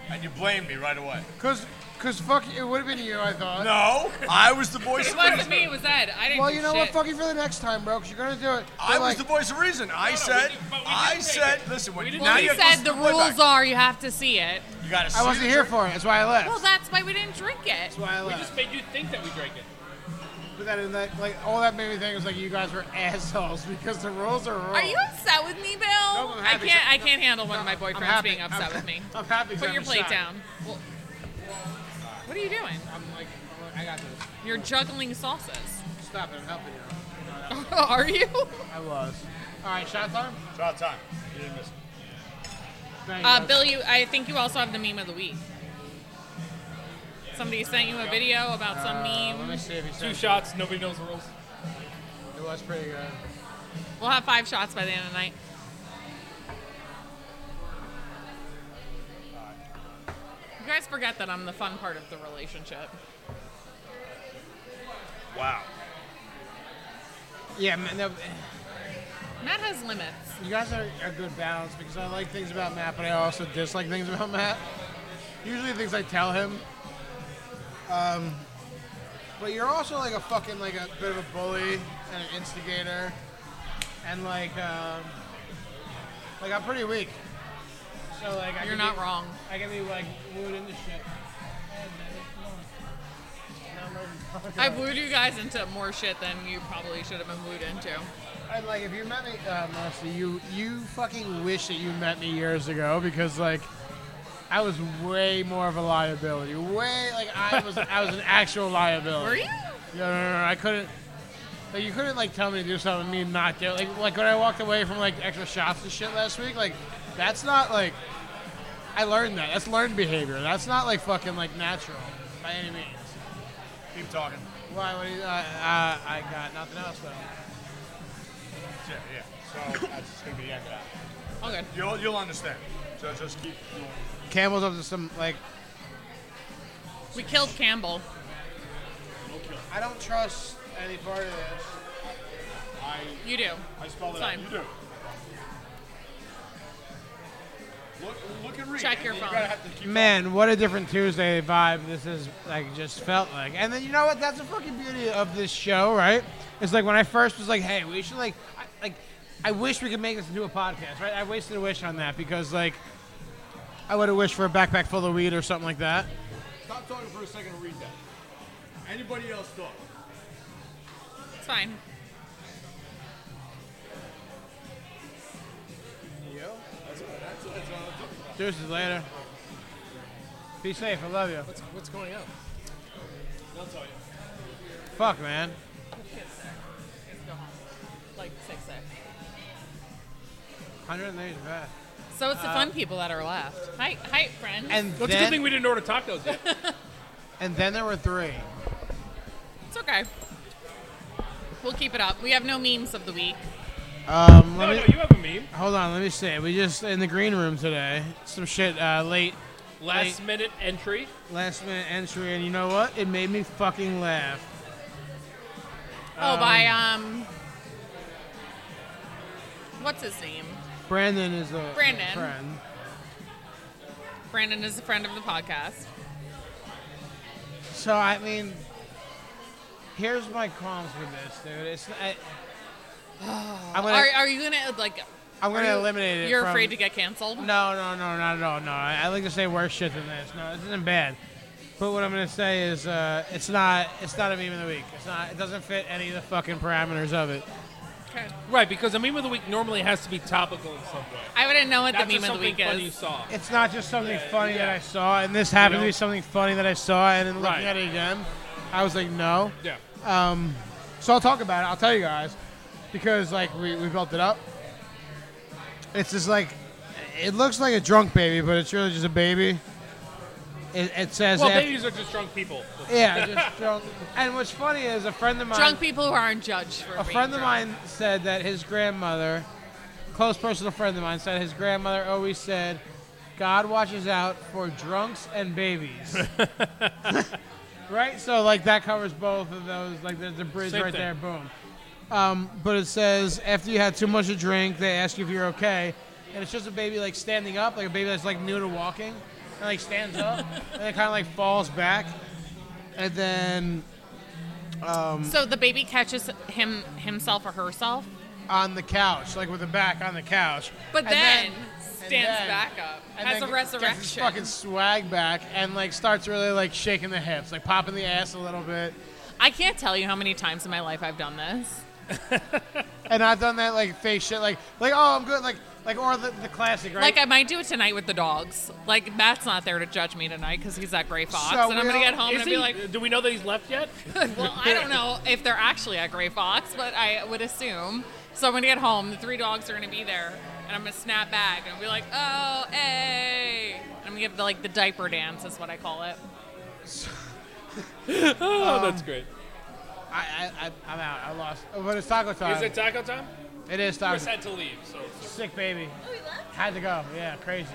E: and you blamed me right away.
D: Cause, cause fuck, you- it would have been you. I thought.
E: No, I was the voice.
B: It
E: of
B: wasn't
E: reason.
B: me, it was Ed. I didn't
D: Well,
B: do
D: you know what?
B: shit.
D: Fuck you for the next time, bro. Cause you're gonna do it.
E: I
D: But,
E: was
D: like,
E: the voice of reason. I
C: no,
E: said.
C: we did- but we
E: I
C: did take
E: said.
C: it.
E: Listen, when
C: We didn't
E: now
B: Well,
E: you
B: he
E: have to
B: said
E: listen to
B: the
E: the playback.
B: rules are you have to see it.
E: You gotta. see
D: I wasn't
E: the
D: here
E: drink.
D: for it. That's why I left.
B: Well, that's why we didn't drink it.
D: that's why I
C: We
D: left.
C: just made you think that we drank it.
D: But then that, like, all that made me think was like you guys were assholes because the rules are wrong.
B: Are you upset with me, Bill?
D: I'm
B: I
D: happy.
B: can't. I can't handle one of my
D: I'm
B: boyfriends
D: happy.
B: being upset
D: I'm-
B: with me.
D: I'm happy. 'cause
B: Put
D: I'm
B: your
D: a
B: plate
D: shot.
B: down. Well, what are you doing?
D: I'm like, I got this.
B: You're juggling sauces.
D: Stop it. I'm helping you.
B: are you?
D: I was. All right, shot
B: Uh,
D: time.
E: It's about time. You didn't miss. it.
D: Thank
B: Uh,
D: you.
B: Bill, you. I think you also have the meme of the week. Somebody sent you a video about some
D: Uh, let me
B: meme.
D: see if he
C: Two
D: said
C: shots. Nobody knows the rules.
D: It was pretty good.
B: We'll have five shots by the end of the night. You guys forget that I'm the fun part of the relationship.
E: Wow.
D: Yeah, man. That,
B: Matt has limits.
D: you guys are a good balance because I like things about Matt, but I also dislike things about Matt. Usually, things I tell him. Um, but you're also like a fucking like a bit of a bully and an instigator, and like um, like I'm pretty weak. So like I
B: You're
D: can
B: not
D: be,
B: wrong.
D: I can be like wooed into shit. Hey, man, come on. Now I'm ready to talk
B: I
D: about it.
B: wooed you guys into more shit than you probably should have been wooed into.
D: And like, if you met me, uh, honestly, you you fucking wish that you met me years ago because like, I was way more of a liability. Way like I was I was an actual liability.
B: Were you?
D: No, no, no, no, I couldn't. Like you couldn't like tell me to do something and me not do it. Like like when I walked away from like extra shops and shit last week, like that's not like I learned that. That's learned behavior. That's not like fucking like natural by any means.
E: Keep talking.
D: Why? What do you, uh, uh, I got nothing else though.
E: Yeah, yeah. So that's just gonna be the end of that.
B: All good.
E: You'll you'll understand. So just keep. Going.
D: Campbell's up to some like
B: We killed Campbell.
D: I don't trust any part of this.
B: You do.
E: I spelled it
B: Fine.
E: out. You do. Look, look and read.
B: Check
E: and
B: your
E: you
B: phone.
E: gotta have to keep
D: Man, what a different Tuesday vibe this is like just felt like. And then you know what? That's the fucking beauty of this show, right? It's like when I first was like, hey, we should like I, like I wish we could make this into a podcast, right? I wasted a wish on that because like I would have wished for a backpack full of weed or something like that.
E: Stop talking for a second and read that. Anybody else talk?
B: It's fine.
D: Yo. Deuces later. Be safe. I love you.
F: What's, what's going on?
D: Fuck, man.
B: Kids sick. Kids go home. Like sick, sick.
D: 108 bad.
B: So it's the fun people that are left. Hi, hi, friends.
D: And
C: Well, it's a good thing
D: then,
C: we didn't order tacos yet.
D: and then there were three.
B: it's okay. We'll keep it up. We have no memes of the week.
D: Um,
C: no,
D: let
C: no,
D: me,
C: you have a meme.
D: hold on. Let me see. We just in the green room today. Some shit uh, late
C: Last minute entry.
D: last minute entry, and you know what? It made me fucking laugh.
B: oh, by um, what's his name?
D: Brandon is a
B: Brandon.
D: friend.
B: Brandon is a friend of the podcast.
D: So I mean, here's my qualms with this, dude. It's I, I'm gonna
B: Are, are you gonna like?
D: I'm gonna
B: are you-
D: eliminate it.
B: You're
D: from-
B: afraid to get canceled.
D: No, no, no, not at all. No, I, I like to say worse shit than this. No, this isn't bad. But what I'm gonna say is, uh, it's not, it's not a meme of the week. It's not, it doesn't fit any of the fucking parameters of it.
B: Okay.
C: Right, because a meme of the week normally has to be topical in some way.
B: I wouldn't know what
C: That's
B: the meme
C: just
B: of the
C: something
B: week
C: funny you
B: is.
C: saw.
D: It's not just something funny that
C: yeah.
D: I saw, and this happened to
C: know?
D: be something funny that I saw, and then looking
C: Right.
D: at it again, I was like, no.
C: Yeah.
D: So I'll talk about it. I'll tell you guys because like we, we built it up. It's just like it looks like a drunk baby, but it's really just a baby. It, it says
C: Well,
D: af-
C: babies are just drunk people.
D: yeah, just drunk. And what's funny is a friend of mine,
B: Drunk people who aren't judged for
D: a
B: being
D: friend of
B: drunk.
D: mine said that his grandmother, close personal friend of mine, said his grandmother always said, "God watches out for drunks and babies." right. So like that covers both of those. Like there's a bridge
C: Same
D: right
C: thing.
D: there. Boom. Um, but it says after you had too much to drink, they ask you if you're okay, and it's just a baby like standing up, like a baby that's like new to walking, and like stands up and then kind of like falls back, and then
B: So the baby catches him himself or herself,
D: on the couch, like with the back on the couch.
B: but
D: And
B: then,
D: and
B: stands
D: then-
B: back up
D: and
B: as
D: then
B: a
D: gets his
B: resurrection.
D: fucking swag back and like starts really like shaking the hips, like popping the ass a little bit.
B: I can't tell you how many times in my life I've done this.
D: And I've done that like face shit, like like oh I'm good, like like or the, the classic right.
B: Like I might do it tonight with the dogs. Like Matt's not there to judge me tonight because he's that gray fox,
D: So
B: and I'm
D: we
B: gonna
D: all-
B: get home
C: Is
B: and
C: he-
B: be like,
C: do we know that he's left yet?
B: well, I don't know if they're actually at Gray Fox, but I would assume. So when I get home, the three dogs are gonna be there, and I'm gonna snap back and I'll be like, "Oh, hey!" And I'm gonna give the like the diaper dance is what I call it. Um,
C: Oh, that's great.
D: I, I, I I'm out. I lost. Oh, But it's taco time.
C: Is it taco time?
D: it is taco.
C: Chris had to leave, so.
D: Sick baby.
B: Oh,
D: Had to go. Yeah, crazy.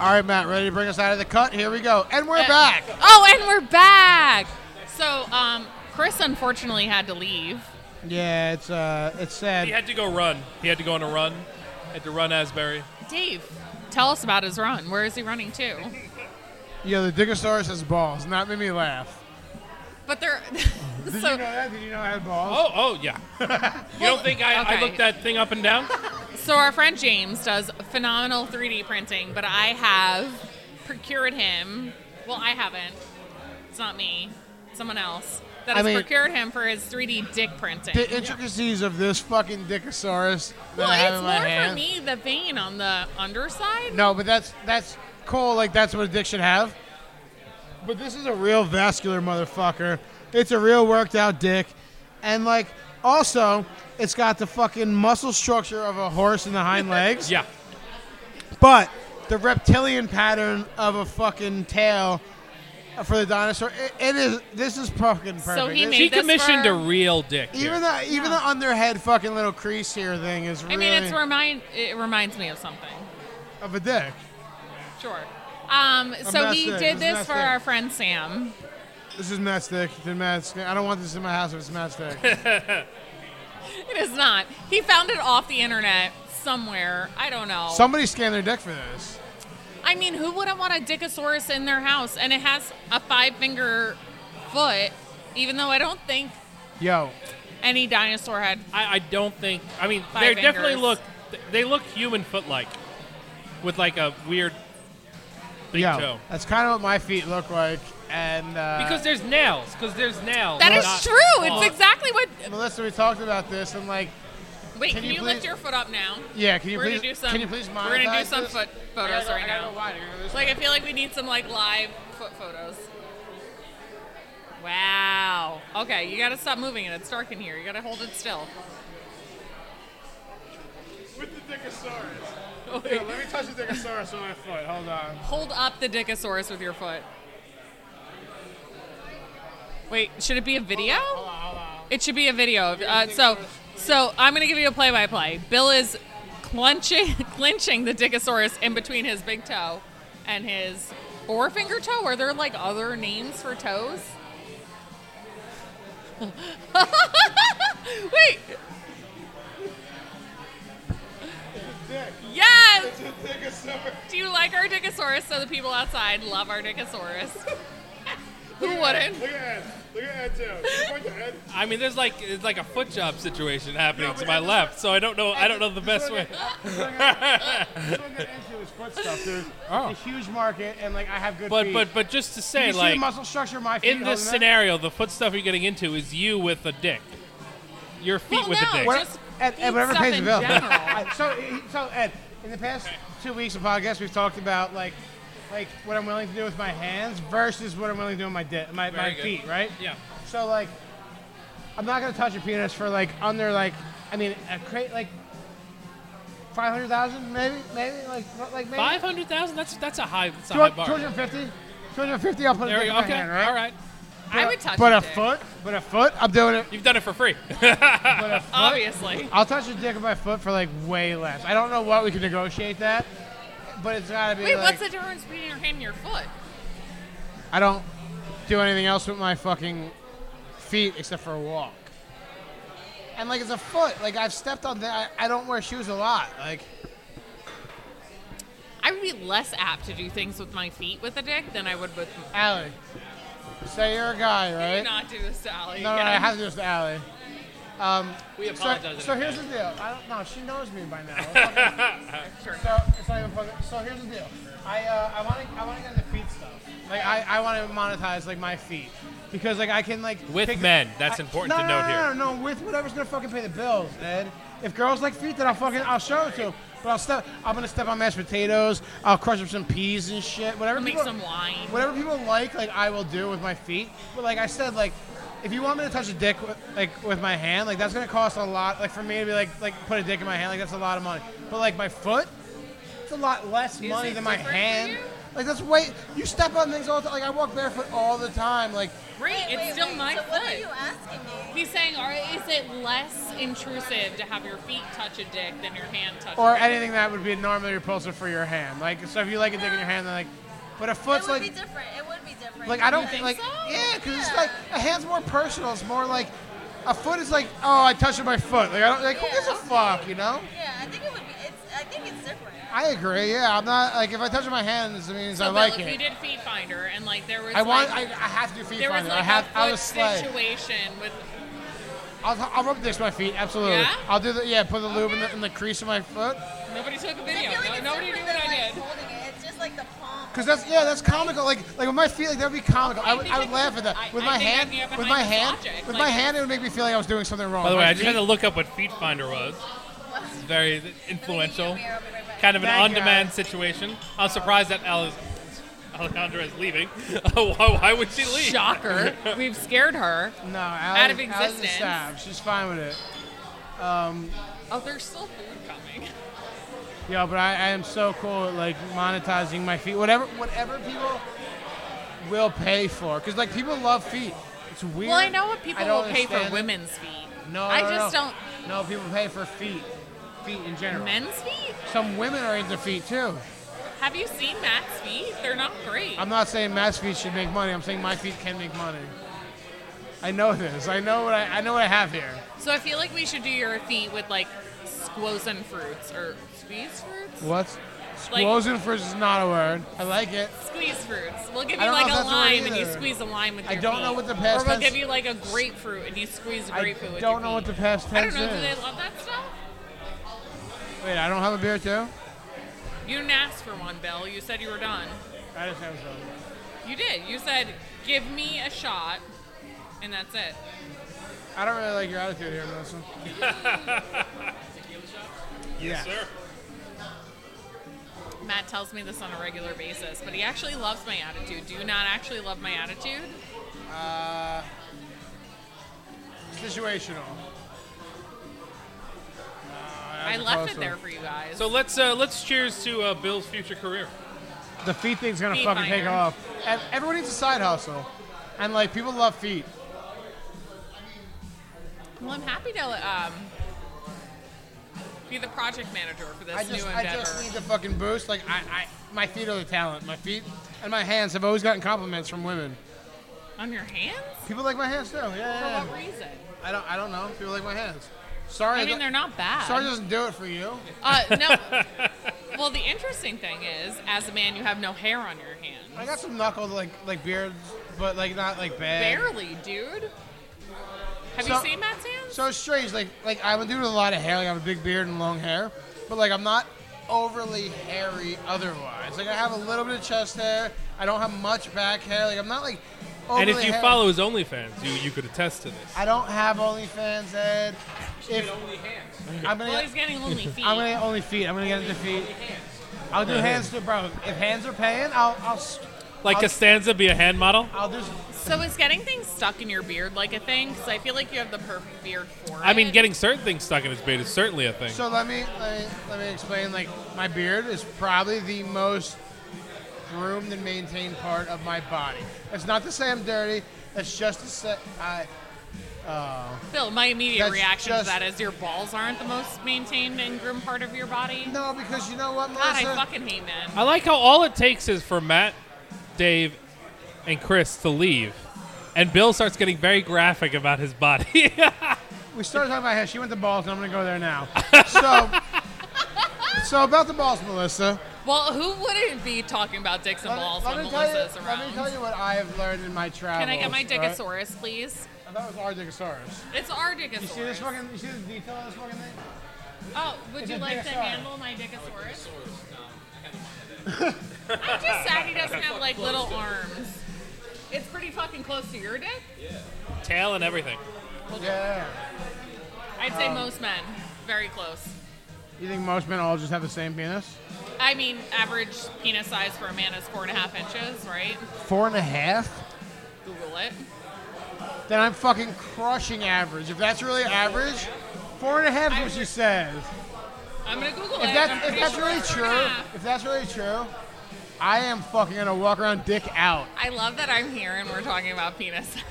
D: All right, Matt, ready to bring us out of the cut? Here we go. And we're back.
B: Oh, and we're back. So, um, Chris unfortunately had to leave.
D: Yeah, it's uh it's
C: He
D: sad.
C: had to go run. He had to go on a run. Had to run Asbury.
B: Dave, tell us about his run. Where is he running to?
D: Yeah, the Digosaurus has balls, and that made me laugh.
B: But they're
D: Did
B: so
D: you know that? Did you know I had balls?
C: Oh, oh, yeah. you don't think I, I
B: okay.
C: looked that thing up and down?
B: So our friend James does phenomenal 3D printing, but I have procured him. Well, I haven't. It's not me. Someone else that
D: I
B: has
D: mean-
B: procured him for his 3D dick printing.
D: The intricacies of this fucking Dickosaurus that
B: well,
D: I have
B: it's
D: in
B: more
D: my hand.
B: for me the vein on the underside.
D: No, but that's that's cool. Like that's what a dick should have. But this is a real vascular motherfucker. It's a real worked out dick, and like also, it's got the fucking muscle structure of a horse in the hind legs.
C: Yeah.
D: But the reptilian pattern of a fucking tail for the dinosaur. It, it is. This is fucking perfect.
B: So he
D: It-
B: made-
C: She
B: this
C: commissioned
B: for-
C: a real dick. here.
D: even the even the underhead fucking little crease here thing is really
B: I mean, it's remind it reminds me of something.
D: of a dick.
B: Sure. Um, so
D: Matt's
B: he
D: dick.
B: did
D: This is
B: this for
D: Matt's dick.
B: our friend Sam.
D: This is Matt's dick. Then Matt's. I don't want this in my house if it's Matt's dick.
B: It is not. He found it off the internet somewhere. I don't know.
D: Somebody scanned their deck for this.
B: I mean, who wouldn't want a Dickosaurus in their house? And it has a five finger foot, even though I don't think
D: Yo,
B: any dinosaur had.
C: I, I don't think. I mean,
B: Five
C: they definitely
B: fingers.
C: look. They look human foot like, with like a weird Big
D: Yo,
C: toe.
D: That's kind of what my feet look like, and uh,
F: Because there's nails. Because there's
D: Oh
F: nails.
B: That is
F: not
B: true.
F: claws.
B: It's exactly what.
D: Melissa, we talked about this, and like,
B: Wait,
D: Can
B: can,
D: you
B: you, lift
D: please-
B: your foot up now?
D: yeah, can you
B: We're
D: please,
B: gonna do some.
D: can you please
B: We're gonna do
D: monetize
B: some
D: this?
B: foot
D: I
B: photos
D: gotta
B: right
D: go- I gotta
B: now.
D: go wide. I gotta go this
B: Like
D: way.
B: I feel like we need some like live foot photos. Wow. Okay, you gotta stop moving it. It's dark in here. You gotta hold it still.
D: with the Dickosaurus. Here, let me touch the Dickosaurus with my foot. Hold on.
B: Hold up the Dickosaurus with your foot. Wait, should it be a video?
D: Hold on, hold on.
B: It should be a video. Uh, so, so I'm gonna give you a play-by-play. Bill is clenching, clinching the Dickosaurus in between his big toe and his forefinger toe. Are there like other names for toes? Wait. Yes. Do you like our Dickosaurus? So the people outside love our Dickosaurus. Who wouldn't?
D: Look at Ed. Look at Ed, too. Can you point to Ed?
C: I mean, there's like it's like a foot job situation happening to my left, so I don't know. I don't know the best way.
D: This one got into his foot stuff, dude.
B: Oh.
D: It's a huge market, and like I have good
C: But
D: feet.
C: but but just to
D: Can
C: say,
D: you see
C: like
D: the muscle structure of my feet
C: in this
D: holding that?
C: scenario, the foot stuff you're getting into is you with a dick, your feet
B: Well,
C: with
B: no,
C: a dick.
B: just-
D: What- Ed, Ed,
B: feet
D: whatever
B: stuff
D: pays the
B: in
D: bill.
B: general.
D: I- so he- so Ed, in the past two weeks of podcasts, we've talked about like like what I'm willing to do with my hands versus what I'm willing to do with my di- my, my
C: Very good.
D: feet, right?
C: Yeah.
D: So like, I'm not gonna touch a penis for like under like I mean a crate like five hundred thousand maybe maybe like what- like maybe
C: Five hundred thousand? That's that's a high. That's a
D: two
C: high
D: hundred
C: bar.
D: fifty. 250, I'll put
C: There
D: it
C: we
D: in
C: go.
D: my
C: Okay.
D: hand, right?
C: All right.
B: I would touch
D: But
B: your
D: a
B: dick,
D: foot, but a foot, I'm doing it.
C: You've done it for free.
D: But a
C: Oh,
D: foot,
B: Obviously.
D: I'll touch a dick with my foot for like way less. I don't know what we can negotiate that, but it's gotta be
B: Wait,
D: like
B: what's the difference between your hand and your foot?
D: I don't do anything else with my fucking feet except for a walk. And like it's a foot. Like I've stepped on that. I, I don't wear shoes a lot. Like
B: I would be less apt to do things with my feet with a dick than I would with.
D: Allie, say you're a guy,
B: Do
D: right?
B: not do this to Allie.
D: No, no,
B: again.
D: I have to do this to Allie.
F: We
D: So,
F: apologize.
D: so here's the deal. I don't know. She knows me by now.
B: Sure.
D: so it's not even fucking. So here's the deal. I uh, I want to I want to get into feet stuff. Like I, I want to monetize like my feet because like I can like
C: With
D: pick-
C: men, that's
D: I-
C: important
D: no,
C: to
D: no,
C: note
D: no,
C: here.
D: No, no, no, with whatever's gonna fucking pay the bills, Ed. If girls like feet, then I'll fucking I'll show it to 'em. But I'll step. I'm gonna step on mashed potatoes. I'll crush up some peas and shit. Whatever.
B: Make
D: people-
B: some wine.
D: whatever people like, like I will do with my feet. But like I said, like if you want me to touch a dick with, like with my hand, like that's gonna cost a lot. Like for me to be like like put a dick in my hand, like that's a lot of money. But like my foot, it's a lot less money
B: it
D: than my
B: different for
D: hand.
B: you?
D: Like that's way you step on things all the time. Like I walk barefoot all the time. Like
B: Great, it's still my
G: so
B: foot.
G: What are you asking me?
B: He's saying, are, is it less intrusive to have your feet touch a dick than your hand touch?
D: or
B: a dick?
D: anything that would be normally repulsive for your hand. Like so if you like a dick in your hand, then like but a
G: It
D: foot's
G: would
D: like
G: be different. It would be different.
D: Like I don't
G: think
D: like
G: so?
D: yeah, because it's
G: Yeah.
D: like a hand's more personal. It's more like a foot is like oh I touched with my foot. Like I don't like who gives a
G: Yeah.
D: fuck, you know?
G: Yeah, I think it would be. It's. I think it's different.
D: I agree. Yeah, I'm not like if I touch with my hands, it means
B: So,
D: I
B: Bill,
D: like
B: if you
D: it.
B: did Feet Finder and like there was
D: I want. I, I
B: like,
D: have to do feet
B: there was
D: finding.
B: like
D: I have.
B: a
D: I
B: foot
D: was slay.
B: situation with
D: I'll, I'll rub this with my feet. Absolutely.
B: Yeah?
D: I'll do the yeah. Put the lube in, the, in the crease of my foot.
B: nobody took a
G: I
B: video.
G: feel like
B: No-
G: it's
B: nobody knew
G: different
B: what
G: than,
B: I
G: like,
B: did.
G: Holding it. It's just like the palm.
D: Cause that's yeah, that's comical. Like like with my feet, like that would be comical. I would, I would laugh at that.
B: I-
D: With
B: I
D: my
B: think I
D: hand,
B: can get
D: with
B: behind
D: my
B: this
D: hand,
B: logic,
D: with
B: like-
D: my hand, it would make me feel like I was doing something wrong.
C: By the way,
D: My
C: I just had
D: feet-
C: to look up what Feet Finder was. It's very influential.
G: I'll be right back.
C: Kind of an
D: Thank you,
C: on-demand
D: guys.
C: situation. I'm surprised that Alice, Alejandra is leaving. why, why would she leave?
B: Shocker. We've scared her.
D: no,
B: out of
D: Ally- Ally's a
B: existence.
D: stab. She's fine with it.
B: Oh, there's still food coming.
D: Yo, but I, I am so cool at like monetizing my feet. Whatever, whatever people will pay for, because like people love feet. It's weird.
B: Well, I know what people
D: don't
B: will pay for
D: understand it.
B: women's feet.
D: No,
B: I
D: no, no,
B: just
D: no.
B: don't.
D: No, people pay for feet, feet in general.
B: Men's feet?
D: Some women are into feet too.
B: Have you seen Matt's feet? They're not great.
D: I'm not saying Matt's feet should make money. I'm saying my feet can make money. I know this. I know what I, I know what I have here.
B: so I feel like we should do your feet with like squozen fruits or squeeze fruits.
D: What's
B: Like-
D: Squozen fruits is not a word. I like it.
B: Squeeze fruits. We'll give
D: I
B: you
D: don't
B: like
D: know if
B: a
D: that's a word
B: lime and you
D: either.
B: squeeze a lime with
D: I
B: your
D: don't
B: feet.
D: know what the past
B: Or we'll
D: tense-
B: give you like a grapefruit and you squeeze a
D: I
B: grapefruit with your
D: don't know what the
B: feet.
D: past
B: I don't
D: tense
B: know. Do they
D: is.
B: love that stuff?
D: Wait, I don't have a beer too.
B: You didn't ask for one, Bill. You said you were done.
D: I just have some.
B: You did. You said, "Give me a shot," and that's it.
D: I don't really like your attitude here, Melissa.
C: Yes, sir.
B: Matt tells me this on a regular basis, but he actually loves my attitude. Do you not actually love my attitude?
D: Uh, situational. Uh,
B: I left it there for you guys.
C: So let's uh, let's cheers to uh, Bill's future career.
D: The feet thing's gonna
B: Feet
D: fucking take
B: finder.
D: off. And everyone needs a side hustle, and like people love feet.
B: well, I'm happy to um, be the project manager for this
D: I just,
B: new
D: I
B: endeavor.
D: just need the fucking boost. Like I, I, my feet are the talent. My feet and my hands have always gotten compliments from women.
B: On your hands?
D: People like my hands too. Yeah,
B: For
D: yeah,
B: what
D: yeah.
B: reason?
D: I don't, I don't know. People like my hands. Sorry,
B: I mean, they're not bad.
D: Sorry, doesn't do it for you.
B: Uh, no. well, the interesting thing is, as a man, you have no hair on your hand.
D: I got some knuckled like, like beards, but like not like bad.
B: Barely, dude. Have
D: So-
B: you seen Matt's hands?
D: So it's strange. Like, like I'm a dude with a lot of hair. Like I have a big beard and long hair, but like I'm not overly hairy otherwise. Like I have a little bit of chest hair. I don't have much back hair. Like I'm not like. Overly
C: And if you
D: hairy.
C: follow his OnlyFans, you you could attest to this.
D: I don't have OnlyFans, Ed. If I'm gonna,
B: Well,
D: get,
B: he's getting only feet.
D: I'm gonna get only feet. I'm gonna get into feet. I'll do hands too, bro. If hands are paying, I'll, I'll, s-
C: Like Costanza be a hand model.
D: I'll do. s-
B: So is getting things stuck in your beard like a thing? Because I feel like you have the perfect beard for it.
C: I mean, getting certain things stuck in his beard is certainly a thing.
D: So let me, let me let me explain. Like my beard is probably the most groomed and maintained part of my body. That's not to say I'm dirty. That's just to say I.
B: Phil, my immediate
D: That's
B: reaction
D: just-
B: to that is your balls aren't the most maintained and grim part of your body.
D: No, because you know what,
B: God, I
D: Melissa.
B: fucking hate men.
C: I like how all it takes is for Matt, Dave, and Chris to leave, and Bill starts getting very graphic about his body.
D: we started talking about hair. She went to balls, and I'm gonna go there now. So, so about the balls, Melissa.
B: Well, who wouldn't be talking about dicks and
D: Let me-
B: balls
D: let
B: when
D: me tell you-
B: Melissa's
D: Let me
B: around?
D: tell you what I have learned in my travels.
B: Can I get my
D: alright?
B: Dickosaurus, please?
D: I thought it was our Dickosaurus.
B: It's our
D: You see this
B: Dickosaurus.
D: fucking? You see the detail on this fucking thing?
B: Oh, would
D: It's
B: you
D: a
B: like to
D: Dickosaurus.
B: handle my Dickosaurus? I'm just sad he doesn't have like little arms. It's pretty fucking close to your dick.
C: Tail and everything.
D: Yeah.
B: I'd say
D: Um,
B: most men, very close.
D: You think most men all just have the same penis?
B: I mean, average penis size for a man is four and a half inches, right?
D: Four and a half?
B: Google it.
D: Then I'm fucking crushing average. If that's really average, four and a half is what she says.
B: I'm gonna Google it.
D: If
B: I'm
D: that's if
B: pretty
D: that's
B: sure
D: really
B: it's four and a
D: true,
B: half.
D: if that's really true, I am fucking gonna walk around dick out.
B: I love that I'm here and we're talking about penis size.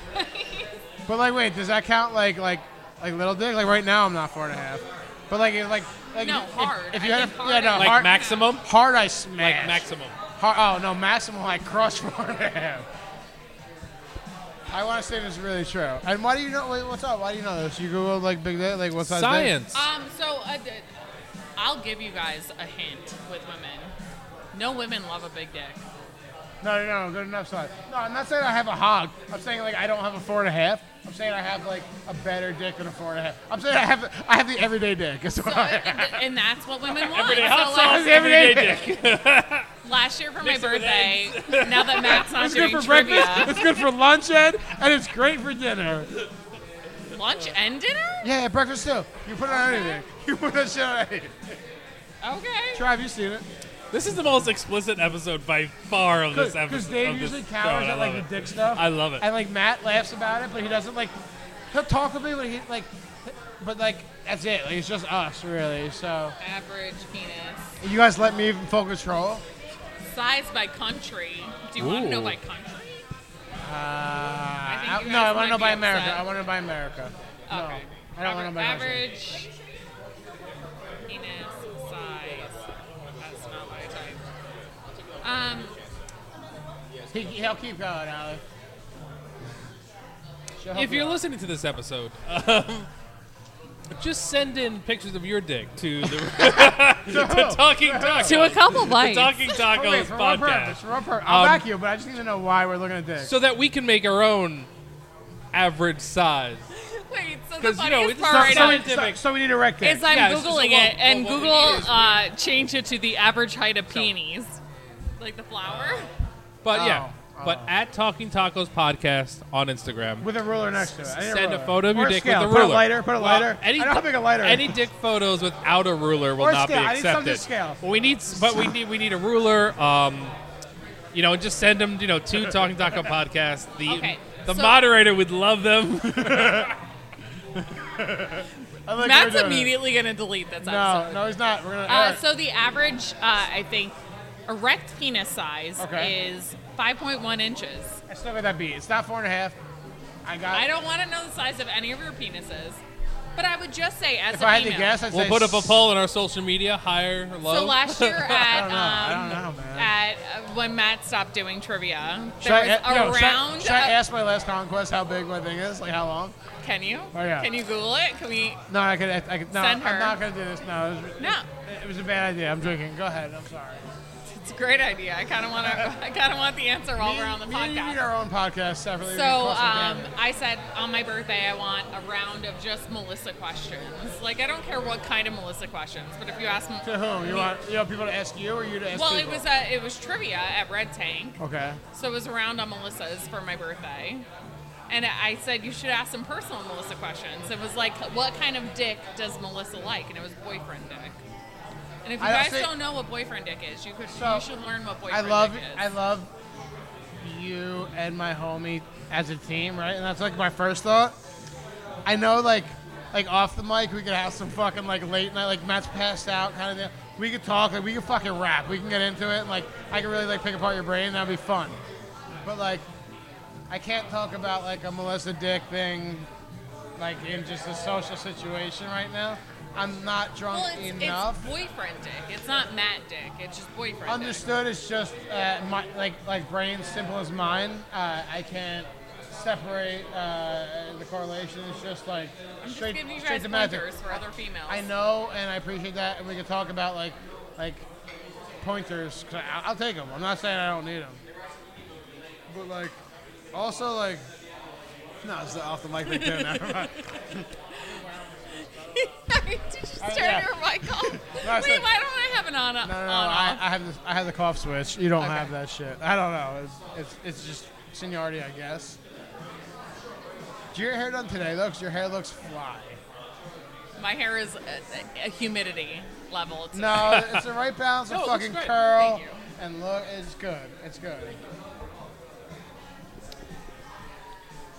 D: But like, wait, does that count like like like little dick? Like right now, I'm not four and a half. But like, if, like like
B: No,
D: if,
B: hard.
D: If
B: I
D: you had
B: think
D: a,
B: hard
D: yeah, no,
B: is-
C: Like
D: hard,
C: maximum.
D: hard, I
C: Like
D: smash.
C: maximum.
D: Har- oh no, Massimo, I crushed for him. I want to say this is really true. And why do you know? Wait, what's up? Why do you know this? You Googled like big dick, like what's
C: Science.
D: Ah,
B: um, so uh, d- I'll give you guys a hint with women. No women love a big dick.
D: No, no, no, good enough size. No, I'm not saying I have a hog. I'm saying like I don't have a four and a half. I'm saying I have like a better dick than a four and a half. I'm saying I have I have the everyday dick. Is what
B: So,
D: I
B: and, and that's what women want.
C: Everyday
B: so
C: hot sauce,
B: last,
C: everyday dick.
B: last year for my
C: Mix it with
B: birthday, now that Matt's not
D: It's good
B: doing
D: for breakfast.
B: trivia,
D: It's good for lunch, Ed, and it's great for dinner.
B: lunch and dinner.
D: Yeah, breakfast too. You put it on anything. You put that shit on anything.
B: Okay.
D: Try, have you seen it?
C: This is the most explicit episode by far of this episode.
D: Because Dave
C: of this
D: usually
C: show,
D: cowers
C: and I
D: at like
C: love
D: the
C: it.
D: dick stuff.
C: I love it.
D: And like Matt laughs about it, but he doesn't like. He'll talk with me, but he like, but like that's it. Like it's just us, really. So
B: Average penis
D: you guys let me in full control.
B: size by country. Do you want to know
C: Ooh.
B: by country? think
D: Uh, I
B: you
D: no, I
B: guys
D: want to know
B: might
D: by
B: be
D: America.
B: upset.
D: I want to know by America. No,
B: Okay.
D: I don't want to know by country.
B: average penis size. That's not my type. Um,
D: He, he'll keep going, Alec. She'll help
C: if
D: you
C: you're
D: out.
C: listening to this episode, um, just send in pictures of your dick to the to Talking Tacos.
B: to a couple
C: the
B: bites.
C: Talking
D: Oh,
C: Tacos
D: wait, for one purpose.
C: podcast.
D: For one purpose. I'll
C: Um,
D: back you, but I just need to know why we're looking at this.
C: So that we can make our own average size.
B: Wait, so the
C: Because, you know,
B: funniest
C: it's
B: part
C: not
B: right
D: so,
B: now
D: we,
C: it's- scientific.
D: so, so we need a rec
B: is
D: dick.
B: I'm
C: Yeah, it's just
B: Googling
C: a
B: it,
C: wall-
B: and
C: wall- wall
B: Google
C: we need is-
B: uh, changed it to the average height of peenies. Like the flower?
C: But yeah,
D: Oh,
C: but
D: oh.
C: at Talking Tacos Podcast on Instagram.
D: With a ruler next to it. I need
C: Send a
D: ruler.
C: photo of your
D: Or
C: dick
D: scale.
C: with a
D: Put
C: ruler.
D: a lighter. Put a
C: Well,
D: lighter.
C: any,
D: I know how big a lighter
C: Any
D: is.
C: dick photos without a ruler will
D: Or
C: not
D: scale.
C: be
D: I need
C: accepted.
D: something to scale.
C: Well, we need, but we need we need a ruler. Um, you know, and just send them. You know, to Talking Taco Podcast. The
B: Okay,
C: the
B: so-
C: moderator would love them.
D: I like
B: Matt's
D: we're doing it.
B: immediately going to delete this
D: No,
B: episode.
D: no, he's not. We're gonna. all
B: Uh,
D: right.
B: so the average, uh, I think, erect penis size
D: Okay.
B: is 5.1 inches.
D: I still got that beat. It's not four and a half. I got.
B: I don't want to know the size of any of your penises, but I would just say as
D: If
B: a
D: I had
B: female.
D: to guess, I'd
C: we'll
D: say
C: put up a
D: s-
C: poll on our social media, higher or low.
B: So last year
D: I
B: at
D: don't know.
B: um,
D: I don't know, man.
B: at uh, when Matt stopped doing trivia,
D: Should I,
B: there
D: a- yo,
B: was
D: should I-
B: around.
D: Should I, ask my last conquest how big my thing is? Like how long?
B: can you?
D: Oh, yeah.
B: Can you Google it? Can we?
D: No, I could. I, I could. No,
B: Send
D: I'm
B: her.
D: not gonna do this. No, it was,
B: No,
D: it was a bad idea. I'm drinking. Go ahead. I'm sorry.
B: it's a great idea. I kind of want to. I kind of want the answer while
D: Me-
B: we're on the
D: me and you need
B: podcast.
D: our own podcast separately. We
B: So
D: can cross the
B: um,
D: family.
B: I said on my birthday I want a round of just Melissa questions. Like I don't care what kind of Melissa questions, but if you ask me,
D: to whom you want? You want people to ask you or you to ask?
B: well, it
D: people?
B: was uh, it was trivia at Red Tank.
D: Okay.
B: So it was around on Melissa's for my birthday. And I said, you should ask some personal Melissa questions. It was like, what kind of dick does Melissa like? And it was boyfriend dick. And if you
D: I
B: guys
D: also-
B: don't know what boyfriend dick is, you, could,
D: So,
B: you should learn what
D: I
B: boyfriend
D: love.
B: dick is.
D: I love you and my homie as a team, right? And that's like my first thought. I know, like, like off the mic, we could have some fucking like late night, like Matt's passed out kind of deal. We could talk, like we could fucking rap. We can get into it, and like I can really like pick apart your brain. That'd be fun. But like, I can't talk about like a Melissa Dick thing, like in just a social situation right now. I'm not drunk
B: well, it's,
D: enough.
B: it's boyfriend dick. It's not Matt dick. It's just boyfriend dick.
D: Understood. It's just uh, my, like like brain simple as mine. Uh, I can't separate uh, the correlation. It's just like
B: I'm just
D: straight,
B: giving you
D: straight
B: guys
D: to magic.
B: pointers for other females.
D: I know, and I appreciate that, and we can talk about like like pointers. 'cause I, I'll take them. I'm not saying I don't need them, but like also like no, it's off the mic. They do never mind.
B: Did you just
D: I-
B: turn
D: Uh, yeah.
B: your mic off?
D: I
B: Wait,
D: said-
B: why don't I have an on?
D: No, no, no.
B: on
D: I,
B: off?
D: I have this, I have the cough switch. You don't
B: Okay.
D: have that shit. I don't know. It's it's, it's just seniority, I guess. Did you get your hair done today though? 'Cause your hair looks fly.
B: My hair is a, a humidity level. It's
D: No, it's the right balance of
B: No, it looks
D: fucking
B: great.
D: curl
B: Thank you.
D: and look. It's good. It's good.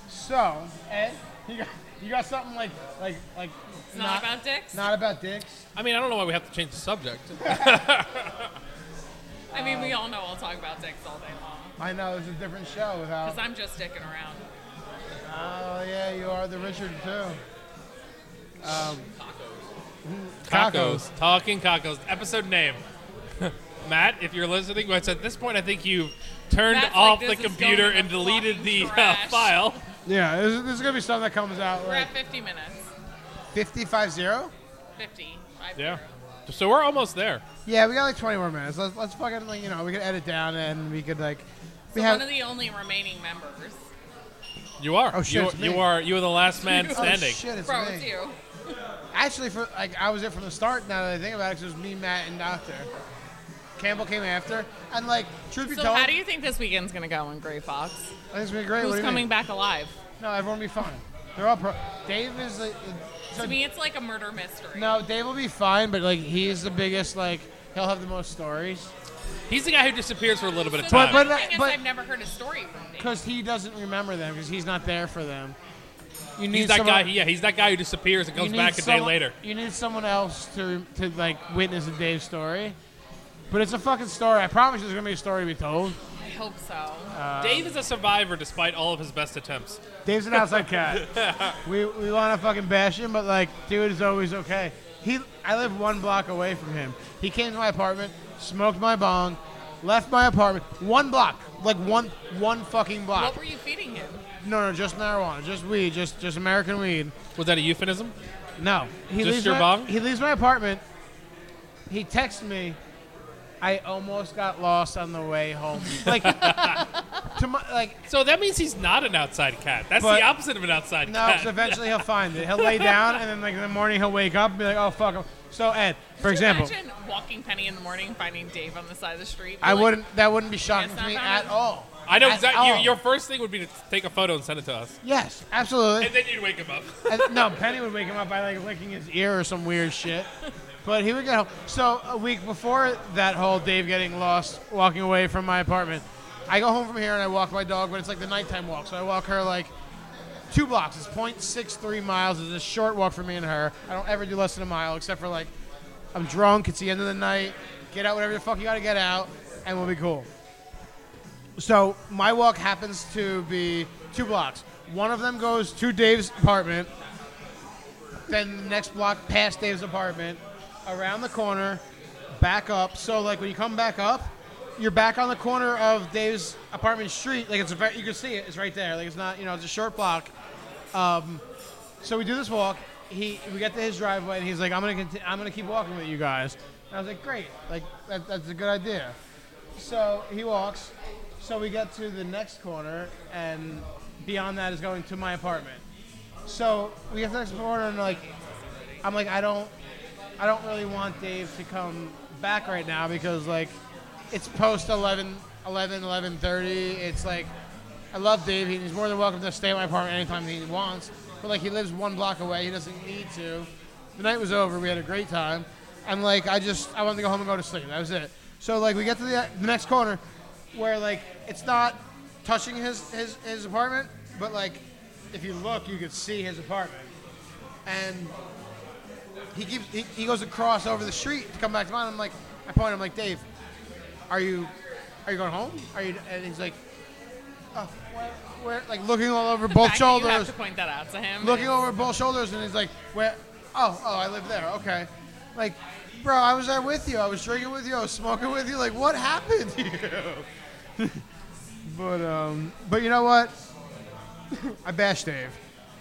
D: So, Ed, you got you got something like like like
B: It's not, about dicks.
D: not about dicks.
C: I mean, I don't know why we have to change the subject.
B: I mean, we all know I'll talk about dicks all day long
D: I know it's a different show without.
B: because I'm just dicking around.
D: Oh yeah, you are the Richard too.
C: Tacos. Talking Tacos. Episode name. Matt, if you're listening, which at this point I think you've turned
B: Matt's like,
C: off
B: "This
C: the
B: is
C: computer
B: going in
C: and
B: the
C: deleted
B: fucking
C: the uh,
B: trash."
C: file.
D: Yeah, this is, this is gonna be something that comes out
B: We're
D: like
B: at 50 minutes.
D: 55 0?
B: 50. Five
C: Yeah.
B: zero.
C: So we're almost there.
D: Yeah, we got like 20 more minutes. Let's, let's fucking, like, you know, we could edit down and we could, like, we
B: So
D: have.
B: one of the only remaining members.
C: You are.
D: Oh, shit,
C: you,
D: it's me.
C: you are. You are the last man
D: oh,
C: standing.
D: shit, it's
B: Bro,
D: me.
B: it's you.
D: Actually, for like, I was it from the start now that I think about it 'cause it was me, Matt, and Doctor. Campbell came after. And, like, truth be
B: So
D: told,
B: how do you think this weekend's gonna go in Gray Fox?
D: I think it's gonna be great. what do
B: Who's
D: you
B: coming
D: mean?
B: back alive?
D: No, everyone will be fine. They're all pro. Dave is, like, so
B: To me, it's like a murder mystery.
D: no, Dave will be fine, but, like, he's the biggest, like, he'll have the most stories.
C: He's the guy who disappears for a little bit of
B: So
C: time.
B: the
D: But-
B: but,
D: but-
B: thing is,
D: but-
B: I've never heard a story from Dave.
D: Because he doesn't remember them, because he's not there for them. You need
C: he's that
D: someone-
C: guy. Yeah, he's that guy who disappears and
D: you
C: comes
D: need
C: back a day
D: someone-
C: later.
D: You need someone else to to like witness a Dave's story. But it's a fucking story. I promise you there's gonna be a story to be told.
B: I hope so.
D: Ah.
B: Uh,
C: Dave is a survivor despite all of his best attempts.
D: Dave's an outside cat. we we wanna fucking bash him, but like dude is always okay. He I live one block away from him. He came to my apartment, smoked my bong, left my apartment. One block. Like one one fucking block.
B: What were you feeding him?
D: No, no, just marijuana, just weed, just just American weed.
C: Was that a euphemism?
D: No. He
C: Just
D: leaves
C: your
D: my,
C: bong?
D: He leaves my apartment. He texts me. I almost got lost on the way home. Like, to my, like
C: So that means he's not an outside cat. That's
D: But-
C: the opposite of an outside
D: no, 'cause
C: cat.
D: eventually he'll find it. He'll lay down, and then like in the morning he'll wake up and be like, "Oh fuck." I'm-" So Ed, for
B: Could you
D: example,
B: imagine walking walking Penny in the morning and finding Dave on the side of the street.
D: I
B: Like,
D: wouldn't. That wouldn't be shocking
B: Yes,
D: to me
B: I found
D: at all.
C: I know
D: At
C: exactly.
D: all.
C: your first thing would be to take a photo and send it to us,
D: Yes, absolutely.
C: and then you'd wake him up.
D: And- no, Penny would wake him up by like licking his ear or some weird shit. But he would get home. So a week before that whole Dave getting lost, walking away from my apartment, I go home from here and I walk my dog, but it's like the nighttime walk. So I walk her like two blocks. It's 0.63 miles. It's a short walk for me and her. I don't ever do less than a mile except for like I'm drunk. It's the end of the night. Get out whatever the fuck you gotta get out, and we'll be cool. So my walk happens to be two blocks. One of them goes to Dave's apartment. Then the next block past Dave's apartment, around the corner, back up. So like when you come back up, you're back on the corner of Dave's apartment street. Like it's a very, you can see it. It's right there. Like it's not you know it's a short block. So we do this walk. He we get to his driveway and he's like, "I'm gonna conti- I'm gonna keep walking with you guys." And I was like, "Great, like that, that's a good idea." So he walks. So we get to the next corner, and beyond that is going to my apartment. So we get to the next corner, and like, I'm like, I don't, I don't really want Dave to come back right now because like, it's post 11, 11, 11:30. It's like, I love Dave. He's more than welcome to stay at my apartment anytime he wants. But like, he lives one block away. He doesn't need to. The night was over. We had a great time, and like, I just, I wanted to go home and go to sleep. That was it. So like, we get to the, the next corner, where like, it's not touching his his his apartment, but like, if you look, you could see his apartment, and he keeps he, he goes across over the street to come back to mine. I'm like, I point. I'm like, Dave, are you are you going home? Are you? And he's like, oh, where, where? Like looking all over both
B: fact that You have
D: shoulders,
B: to point that out to him.
D: looking
B: is-
D: over both shoulders, and he's like, where? Oh, oh, I live there. Okay, like. Bro, I was there with you. I was drinking with you. I was smoking with you. Like, what happened to you? but um, but you know what? I bashed Dave.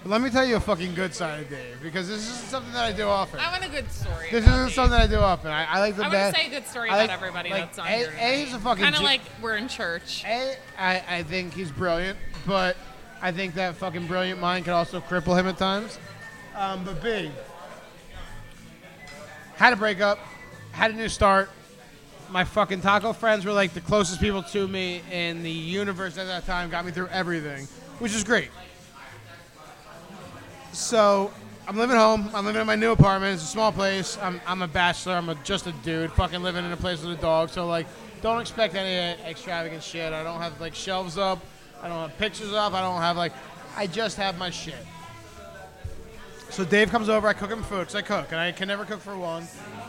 D: But let me tell you a fucking good side of Dave because this isn't something that I do often.
B: I want a good story.
D: This
B: about
D: isn't
B: these.
D: something I do often. I, I like the
B: I want
D: best.
B: to say a good story
D: I
B: about
D: like-
B: everybody
D: like,
B: that's on
D: A-
B: here.
D: A is a fucking
B: Kind of
D: ge-
B: like we're in church.
D: A, I, I think he's brilliant, but I think that fucking brilliant mind could also cripple him at times. Um, but B, had a breakup, had a new start. My fucking taco friends were like the closest people to me in the universe at that time, got me through everything, which is great. So I'm living home. I'm living in my new apartment. It's a small place. I'm, I'm a bachelor. I'm a, just a dude fucking living in a place with a dog. So, like, don't expect any extravagant shit. I don't have, like, shelves up. I don't have pictures up. I don't have, like, I just have my shit. So Dave comes over. I cook him food because I cook, and I can never cook for one.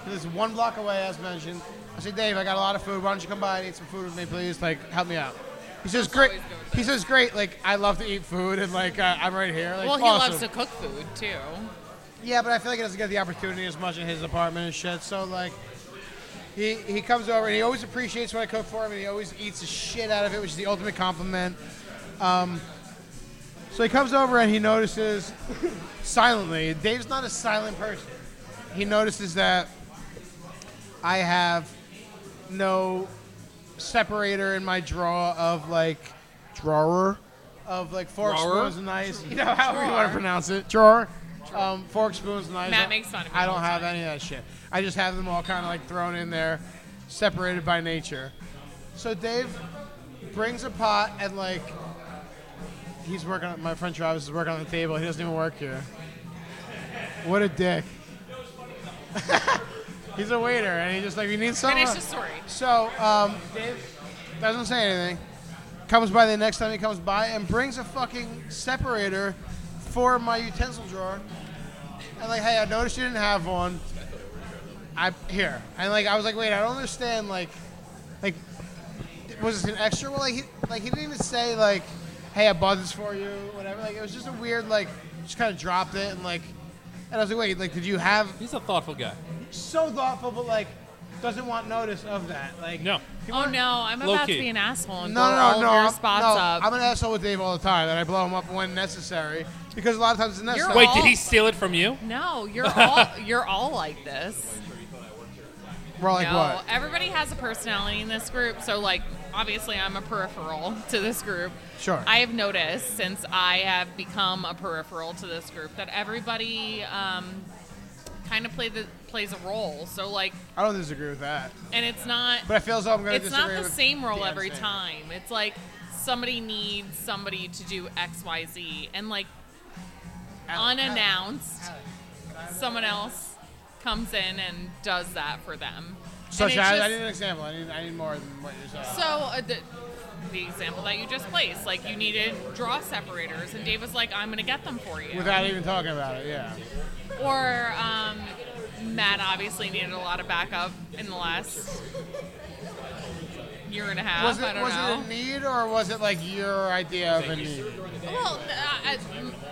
D: This is one block away, as mentioned. I say, Dave, I got a lot of food. Why don't you come by and eat some food with me, please? Like, help me out. He says, great.
B: always good with
D: He says, great. Like, I love to eat food, and like, uh, I'm right here. Like,
B: Well, he
D: awesome.
B: loves to cook food too.
D: Yeah, but I feel like he doesn't get the opportunity as much in his apartment and shit. So like, he he comes over and he always appreciates what I cook for him, and he always eats the shit out of it, which is the ultimate compliment. Um, so he comes over and he notices silently. Dave's not a silent person. He notices that I have no separator in my draw of like drawer of like forks,
C: Drawer?
D: spoons, and knives. You know how you want to pronounce it? Drawer. Um, forks, spoons, knives.
B: Matt makes fun of me
D: I
B: all
D: don't
B: the
D: have
B: time.
D: any of that shit. I just have them all kind of like thrown in there, separated by nature. So Dave brings a pot and like he's working. on My friend Travis is working on the table. He doesn't even work here. What a dick. he's a waiter and he just like you need something.
B: Finish the story.
D: So um, Dave doesn't say anything. Comes by the next time he comes by and brings a fucking separator for my utensil drawer. And like, hey, I noticed you didn't have one. I here and like I was like, wait, I don't understand. Like, like was this an extra? Well, like he like he didn't even say like, hey, I bought this for you, whatever. Like it was just a weird like, just kind of dropped it and like, and I was like, wait, like did you have
C: He's a thoughtful guy.
D: so thoughtful, but like doesn't want notice of that. Like
C: No.
B: Oh no, I'm
C: Low
B: about
C: key.
B: to be an asshole and
D: no,
B: blow
D: no,
B: all
D: no,
B: of
D: no.
B: your
D: I'm,
B: spots
D: no,
B: up.
D: I'm an asshole with Dave all the time, and I blow him up when necessary because a lot of times it's necessary.
C: Wait,
B: all-
C: did he steal it from you?
B: no, you're all you're all like this.
D: We're like
B: no,
D: what?
B: everybody has a personality in this group. So like, obviously, I'm a peripheral to this group.
D: Sure.
B: I have noticed since I have become a peripheral to this group that everybody um, kind of play the plays a role. So like,
D: I don't disagree with that,
B: and it's not.
D: but I feel as though I'm going to
B: it's not
D: disagree
B: the
D: with
B: same role
D: Yeah,
B: every
D: same.
B: time. It's like somebody needs somebody to do X, Y, Z, and like unannounced, someone else comes in and does that for them. And
D: Such
B: it's
D: as I
B: just-
D: need an example. I need I need more than what you're saying.
B: so uh, the, the example that you just placed, like you needed draw separators, and Dave was like, "I'm gonna get them for you."
D: Without even talking about it, yeah.
B: Or um, Matt obviously needed a lot of backup in the last year and a half.
D: was it
B: I don't
D: was
B: know.
D: it a need or was it like your idea of a need?
B: Well, uh, as,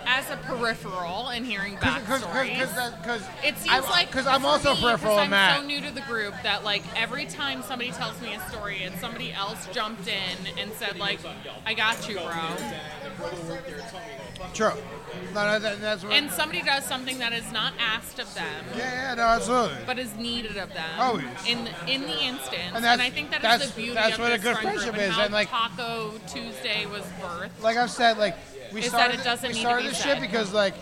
B: as a peripheral and hearing backstories,
D: Because
B: it seems
D: I'm-
B: like
D: 'cause I'm
B: for
D: also
B: me,
D: peripheral
B: 'cause
D: in that.
B: I'm so new to the group that like every time somebody tells me a story and somebody else jumped in and said like, "I got you, bro,"
D: True. No, no, that, that's what.
B: and somebody does something that is not asked of them.
D: yeah, yeah, no, absolutely.
B: But is needed of them
D: Always.
B: in in the instance,
D: Oh, And
B: and,
D: that's-
B: I think that
D: that's-
B: is the beauty
D: that's
B: of
D: what a
B: this
D: good
B: friend group
D: friendship
B: and
D: is,
B: how
D: and, like-
B: Taco Tuesday was birth.
D: like I've said, like we
B: Is that
D: started,
B: it doesn't
D: we
B: need to
D: started
B: be
D: this shit
B: said.
D: because like,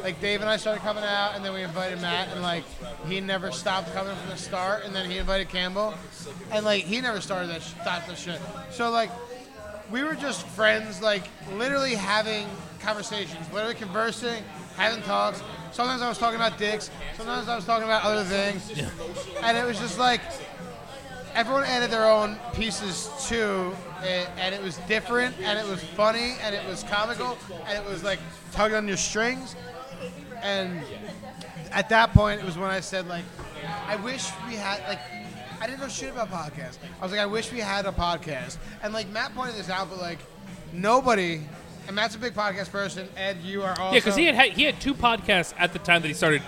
D: like Dave and I started coming out, and then we invited Matt, and like he never stopped coming from the start, and then he invited Campbell, and like he never started that sh- stopped the shit. So like, we were just friends, like literally having conversations, literally conversing, having talks. Sometimes I was talking about dicks, sometimes I was talking about other things, and it was just like everyone added their own pieces to it, and it was different, and it was funny, and it was comical, and it was like tug on your strings. And at that point, it was when I said like, I wish we had like, I didn't know shit about podcasts. I was like, I wish we had a podcast. And like Matt pointed this out, but like nobody, and Matt's a big podcast person. Ed, you are also
C: Yeah, because he had, had he had two podcasts at the time that he started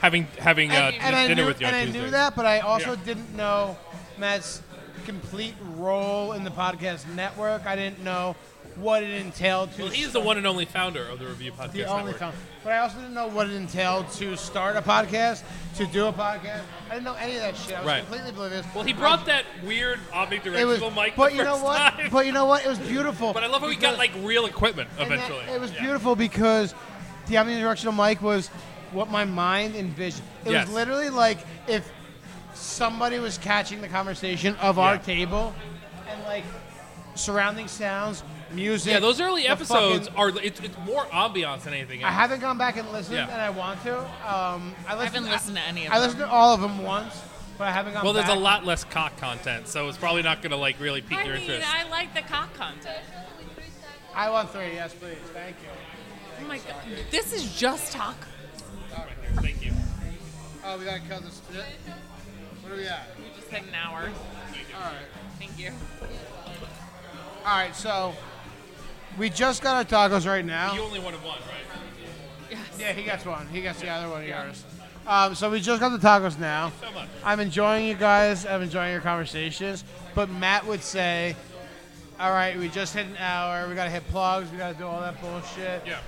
C: having having uh,
D: and, and I
C: dinner
D: knew,
C: with you on
D: and I
C: Tuesday.
D: knew that, but I also
C: Yeah.
D: didn't know Matt's complete role in the podcast network. I didn't know what it entailed to.
C: Well, he's the one and only founder of the Review Podcast
D: the only
C: Network.
D: time. But I also didn't know what it entailed to start a podcast, to do a podcast. I didn't know any of that shit. I was
C: Right.
D: completely oblivious.
C: Well, he brought that weird
D: it was,
C: omnidirectional mic
D: but
C: the
D: you know
C: first
D: what?
C: time.
D: But you know what? It was beautiful.
C: But I love how we
D: because-
C: got like real equipment
D: and that-
C: eventually.
D: it was
C: Yeah.
D: beautiful because the omnidirectional mic was what my mind envisioned. It
C: Yes.
D: was literally like if somebody was catching the conversation of our
C: Yeah.
D: table and like surrounding sounds, music.
C: Yeah, those early
D: the
C: episodes
D: fucking-
C: are it's, it's more ambiance than anything.
D: I
C: Else.
D: haven't gone back and listened,
C: Yeah.
D: and I want to. Um, I, listened,
B: haven't listened to any of
D: I
B: them.
D: listened to all of them once, but I haven't gone.
C: Well, there's
D: back.
C: a lot less cock content, so it's probably not going to like really pique
B: I
C: your
B: mean,
C: interest.
B: I like the cock content.
D: I want three. Yes, please. Thank you.
B: Oh my god, this is just talk.
C: Thank you.
D: Oh, we gotta cut this. yeah. What do we at?
B: We just had an hour.
D: All right.
B: Thank you.
D: All right, so we just got our tacos right
C: You
D: now.
C: only wanted one, right?
B: Yes.
D: Yeah, he gets one. He gets the other one of yours. Um, so we just got the tacos now.
C: So much.
D: I'm enjoying you guys. I'm enjoying your conversations. But Matt would say, "All right, we just hit an hour. We gotta hit plugs. We gotta do all that bullshit."
C: Yeah.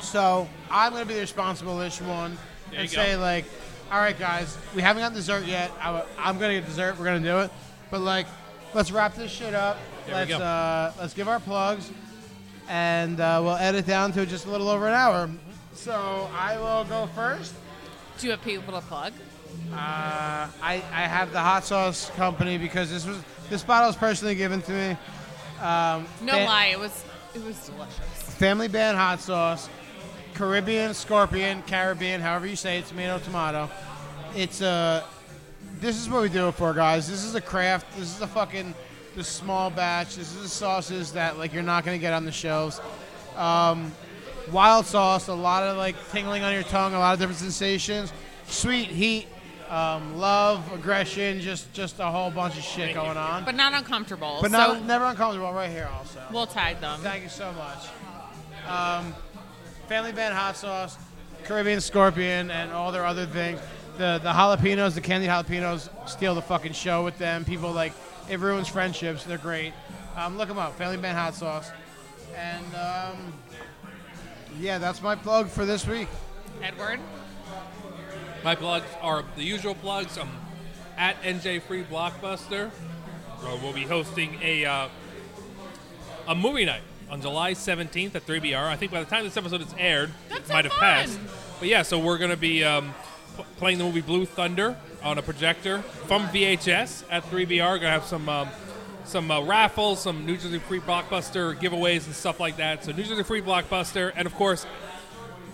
D: So I'm gonna be the responsible-ish one
C: There
D: and
C: you go.
D: say like, "All right, guys, we haven't got dessert yet. I w- I'm gonna get dessert. We're gonna do it. But like, let's wrap this shit up.
C: There we
D: let's
C: go.
D: uh, let's give our plugs, and uh, we'll edit down to just a little over an hour. So I will go first.
B: Do you have people to plug?
D: Uh, I, I have the hot sauce company because this was this bottle was personally given to me.
B: No
D: Fa-
B: lie, it was it was delicious.
D: Family Band hot sauce, Caribbean scorpion, Caribbean, however you say it, tomato, tomato. It's a. This is what we do it for, guys. This is a craft. This is a fucking. The small batch. This is the sauces that like you're not gonna get on the shelves. Um, wild sauce. A lot of like tingling on your tongue. A lot of different sensations. Sweet heat. Um, love, aggression, just just a whole bunch of shit going on.
B: But not uncomfortable.
D: But
B: so
D: not, never uncomfortable. Right here, also.
B: we'll tag them.
D: Thank you so much. Um, Family Band hot sauce, Caribbean scorpion, and all their other things. The the jalapenos, the candied jalapenos, steal the fucking show with them. People like it ruins friendships. They're great. Um, look them up. Family Band hot sauce, and um, yeah, that's my plug for this week.
B: Edward.
C: My plugs are the usual plugs. I'm at NJ Free Blockbuster. Uh, we'll be hosting a uh, a movie night on July 17th at 3BR. I think by the time this episode is aired,
B: That's
C: it
B: so
C: might have
B: fun.
C: passed. But yeah, so we're going to be um, p- playing the movie Blue Thunder on a projector from VHS at 3BR. Going to have some um, some uh, raffles, some New Jersey Free Blockbuster giveaways and stuff like that. So New Jersey Free Blockbuster, and of course,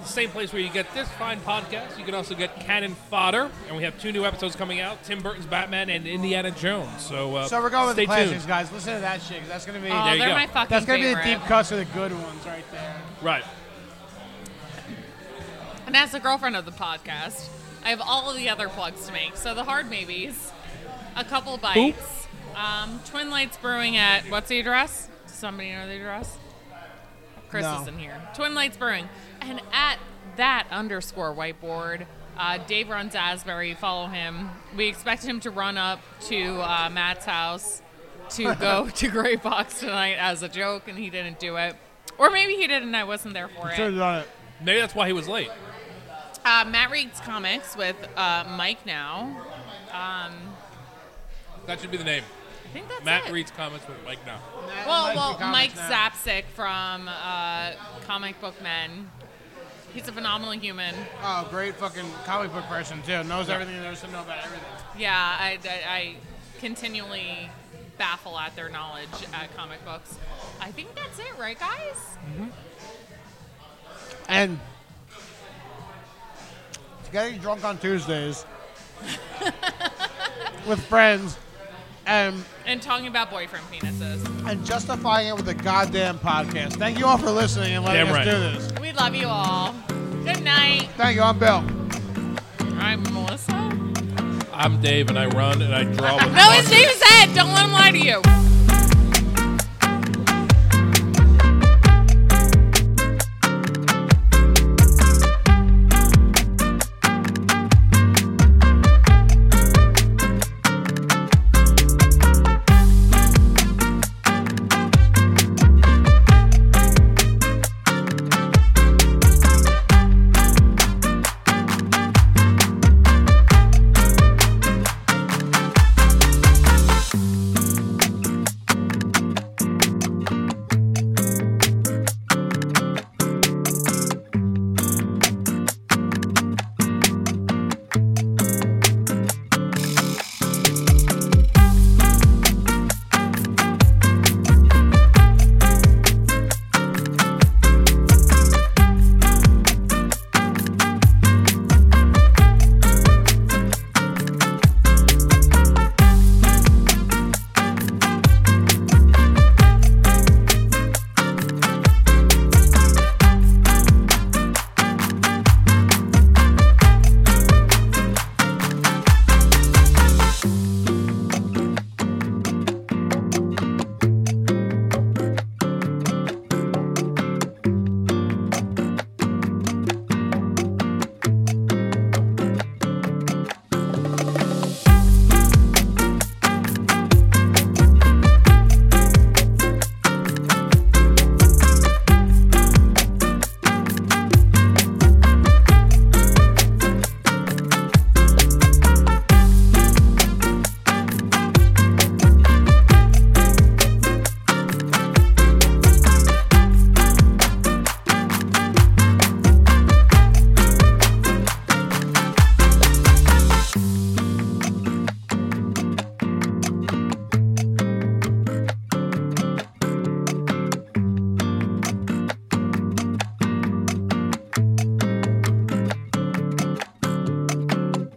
C: the same place where you get this fine podcast. You can also get Cannon Fodder, and we have two new episodes coming out: Tim Burton's Batman and Indiana Jones. So uh,
D: So we're going with
C: stay
D: the classics,
C: tuned.
D: guys. Listen to that shit, 'cause that's gonna be
B: Oh,
C: There you
B: they're
C: go.
B: my fucking
D: that's gonna
B: favorite.
D: be the deep cuts of the good ones right there.
C: Right.
B: And as the girlfriend of the podcast, I have all of the other plugs to make. So the hard maybes, a couple bites, um, Twin Lights Brewing at what's the address? Does somebody know the address? Chris
D: No.
B: is in here. Twin Lights Brewing, and at that underscore whiteboard, uh, Dave runs Asbury. Follow him. We expect him to run up to uh, Matt's house to go to Grey Box tonight as a joke, and he didn't do it. Or maybe he did, and I wasn't there for it.
D: Should've done it.
C: Maybe that's why he was late.
B: Uh, Matt reads comics with uh, Mike now.
C: That should be the name.
B: I think that's
C: Matt
B: it.
C: reads comments with Mike now.
B: Well,
D: Mike
B: well,
D: from
B: Mike
D: Comics Now.
B: Zapsik from uh, Comic Book Men. He's a phenomenal human.
D: Oh, great fucking comic book person too. Knows everything there is to know about everything.
B: Yeah, I, I, I continually baffle at their knowledge at comic books. I think that's it, right, guys?
D: And getting drunk on Tuesdays with friends and
B: And talking about boyfriend penises.
D: and justifying it with a goddamn podcast. Thank you all for listening and letting
C: Damn
D: us
C: right.
D: do this.
B: We love you all. Good night.
D: Thank you. I'm Bill.
B: I'm Melissa.
C: I'm Dave, and I run and I draw with.
B: No, as Dave said, don't let him lie to you.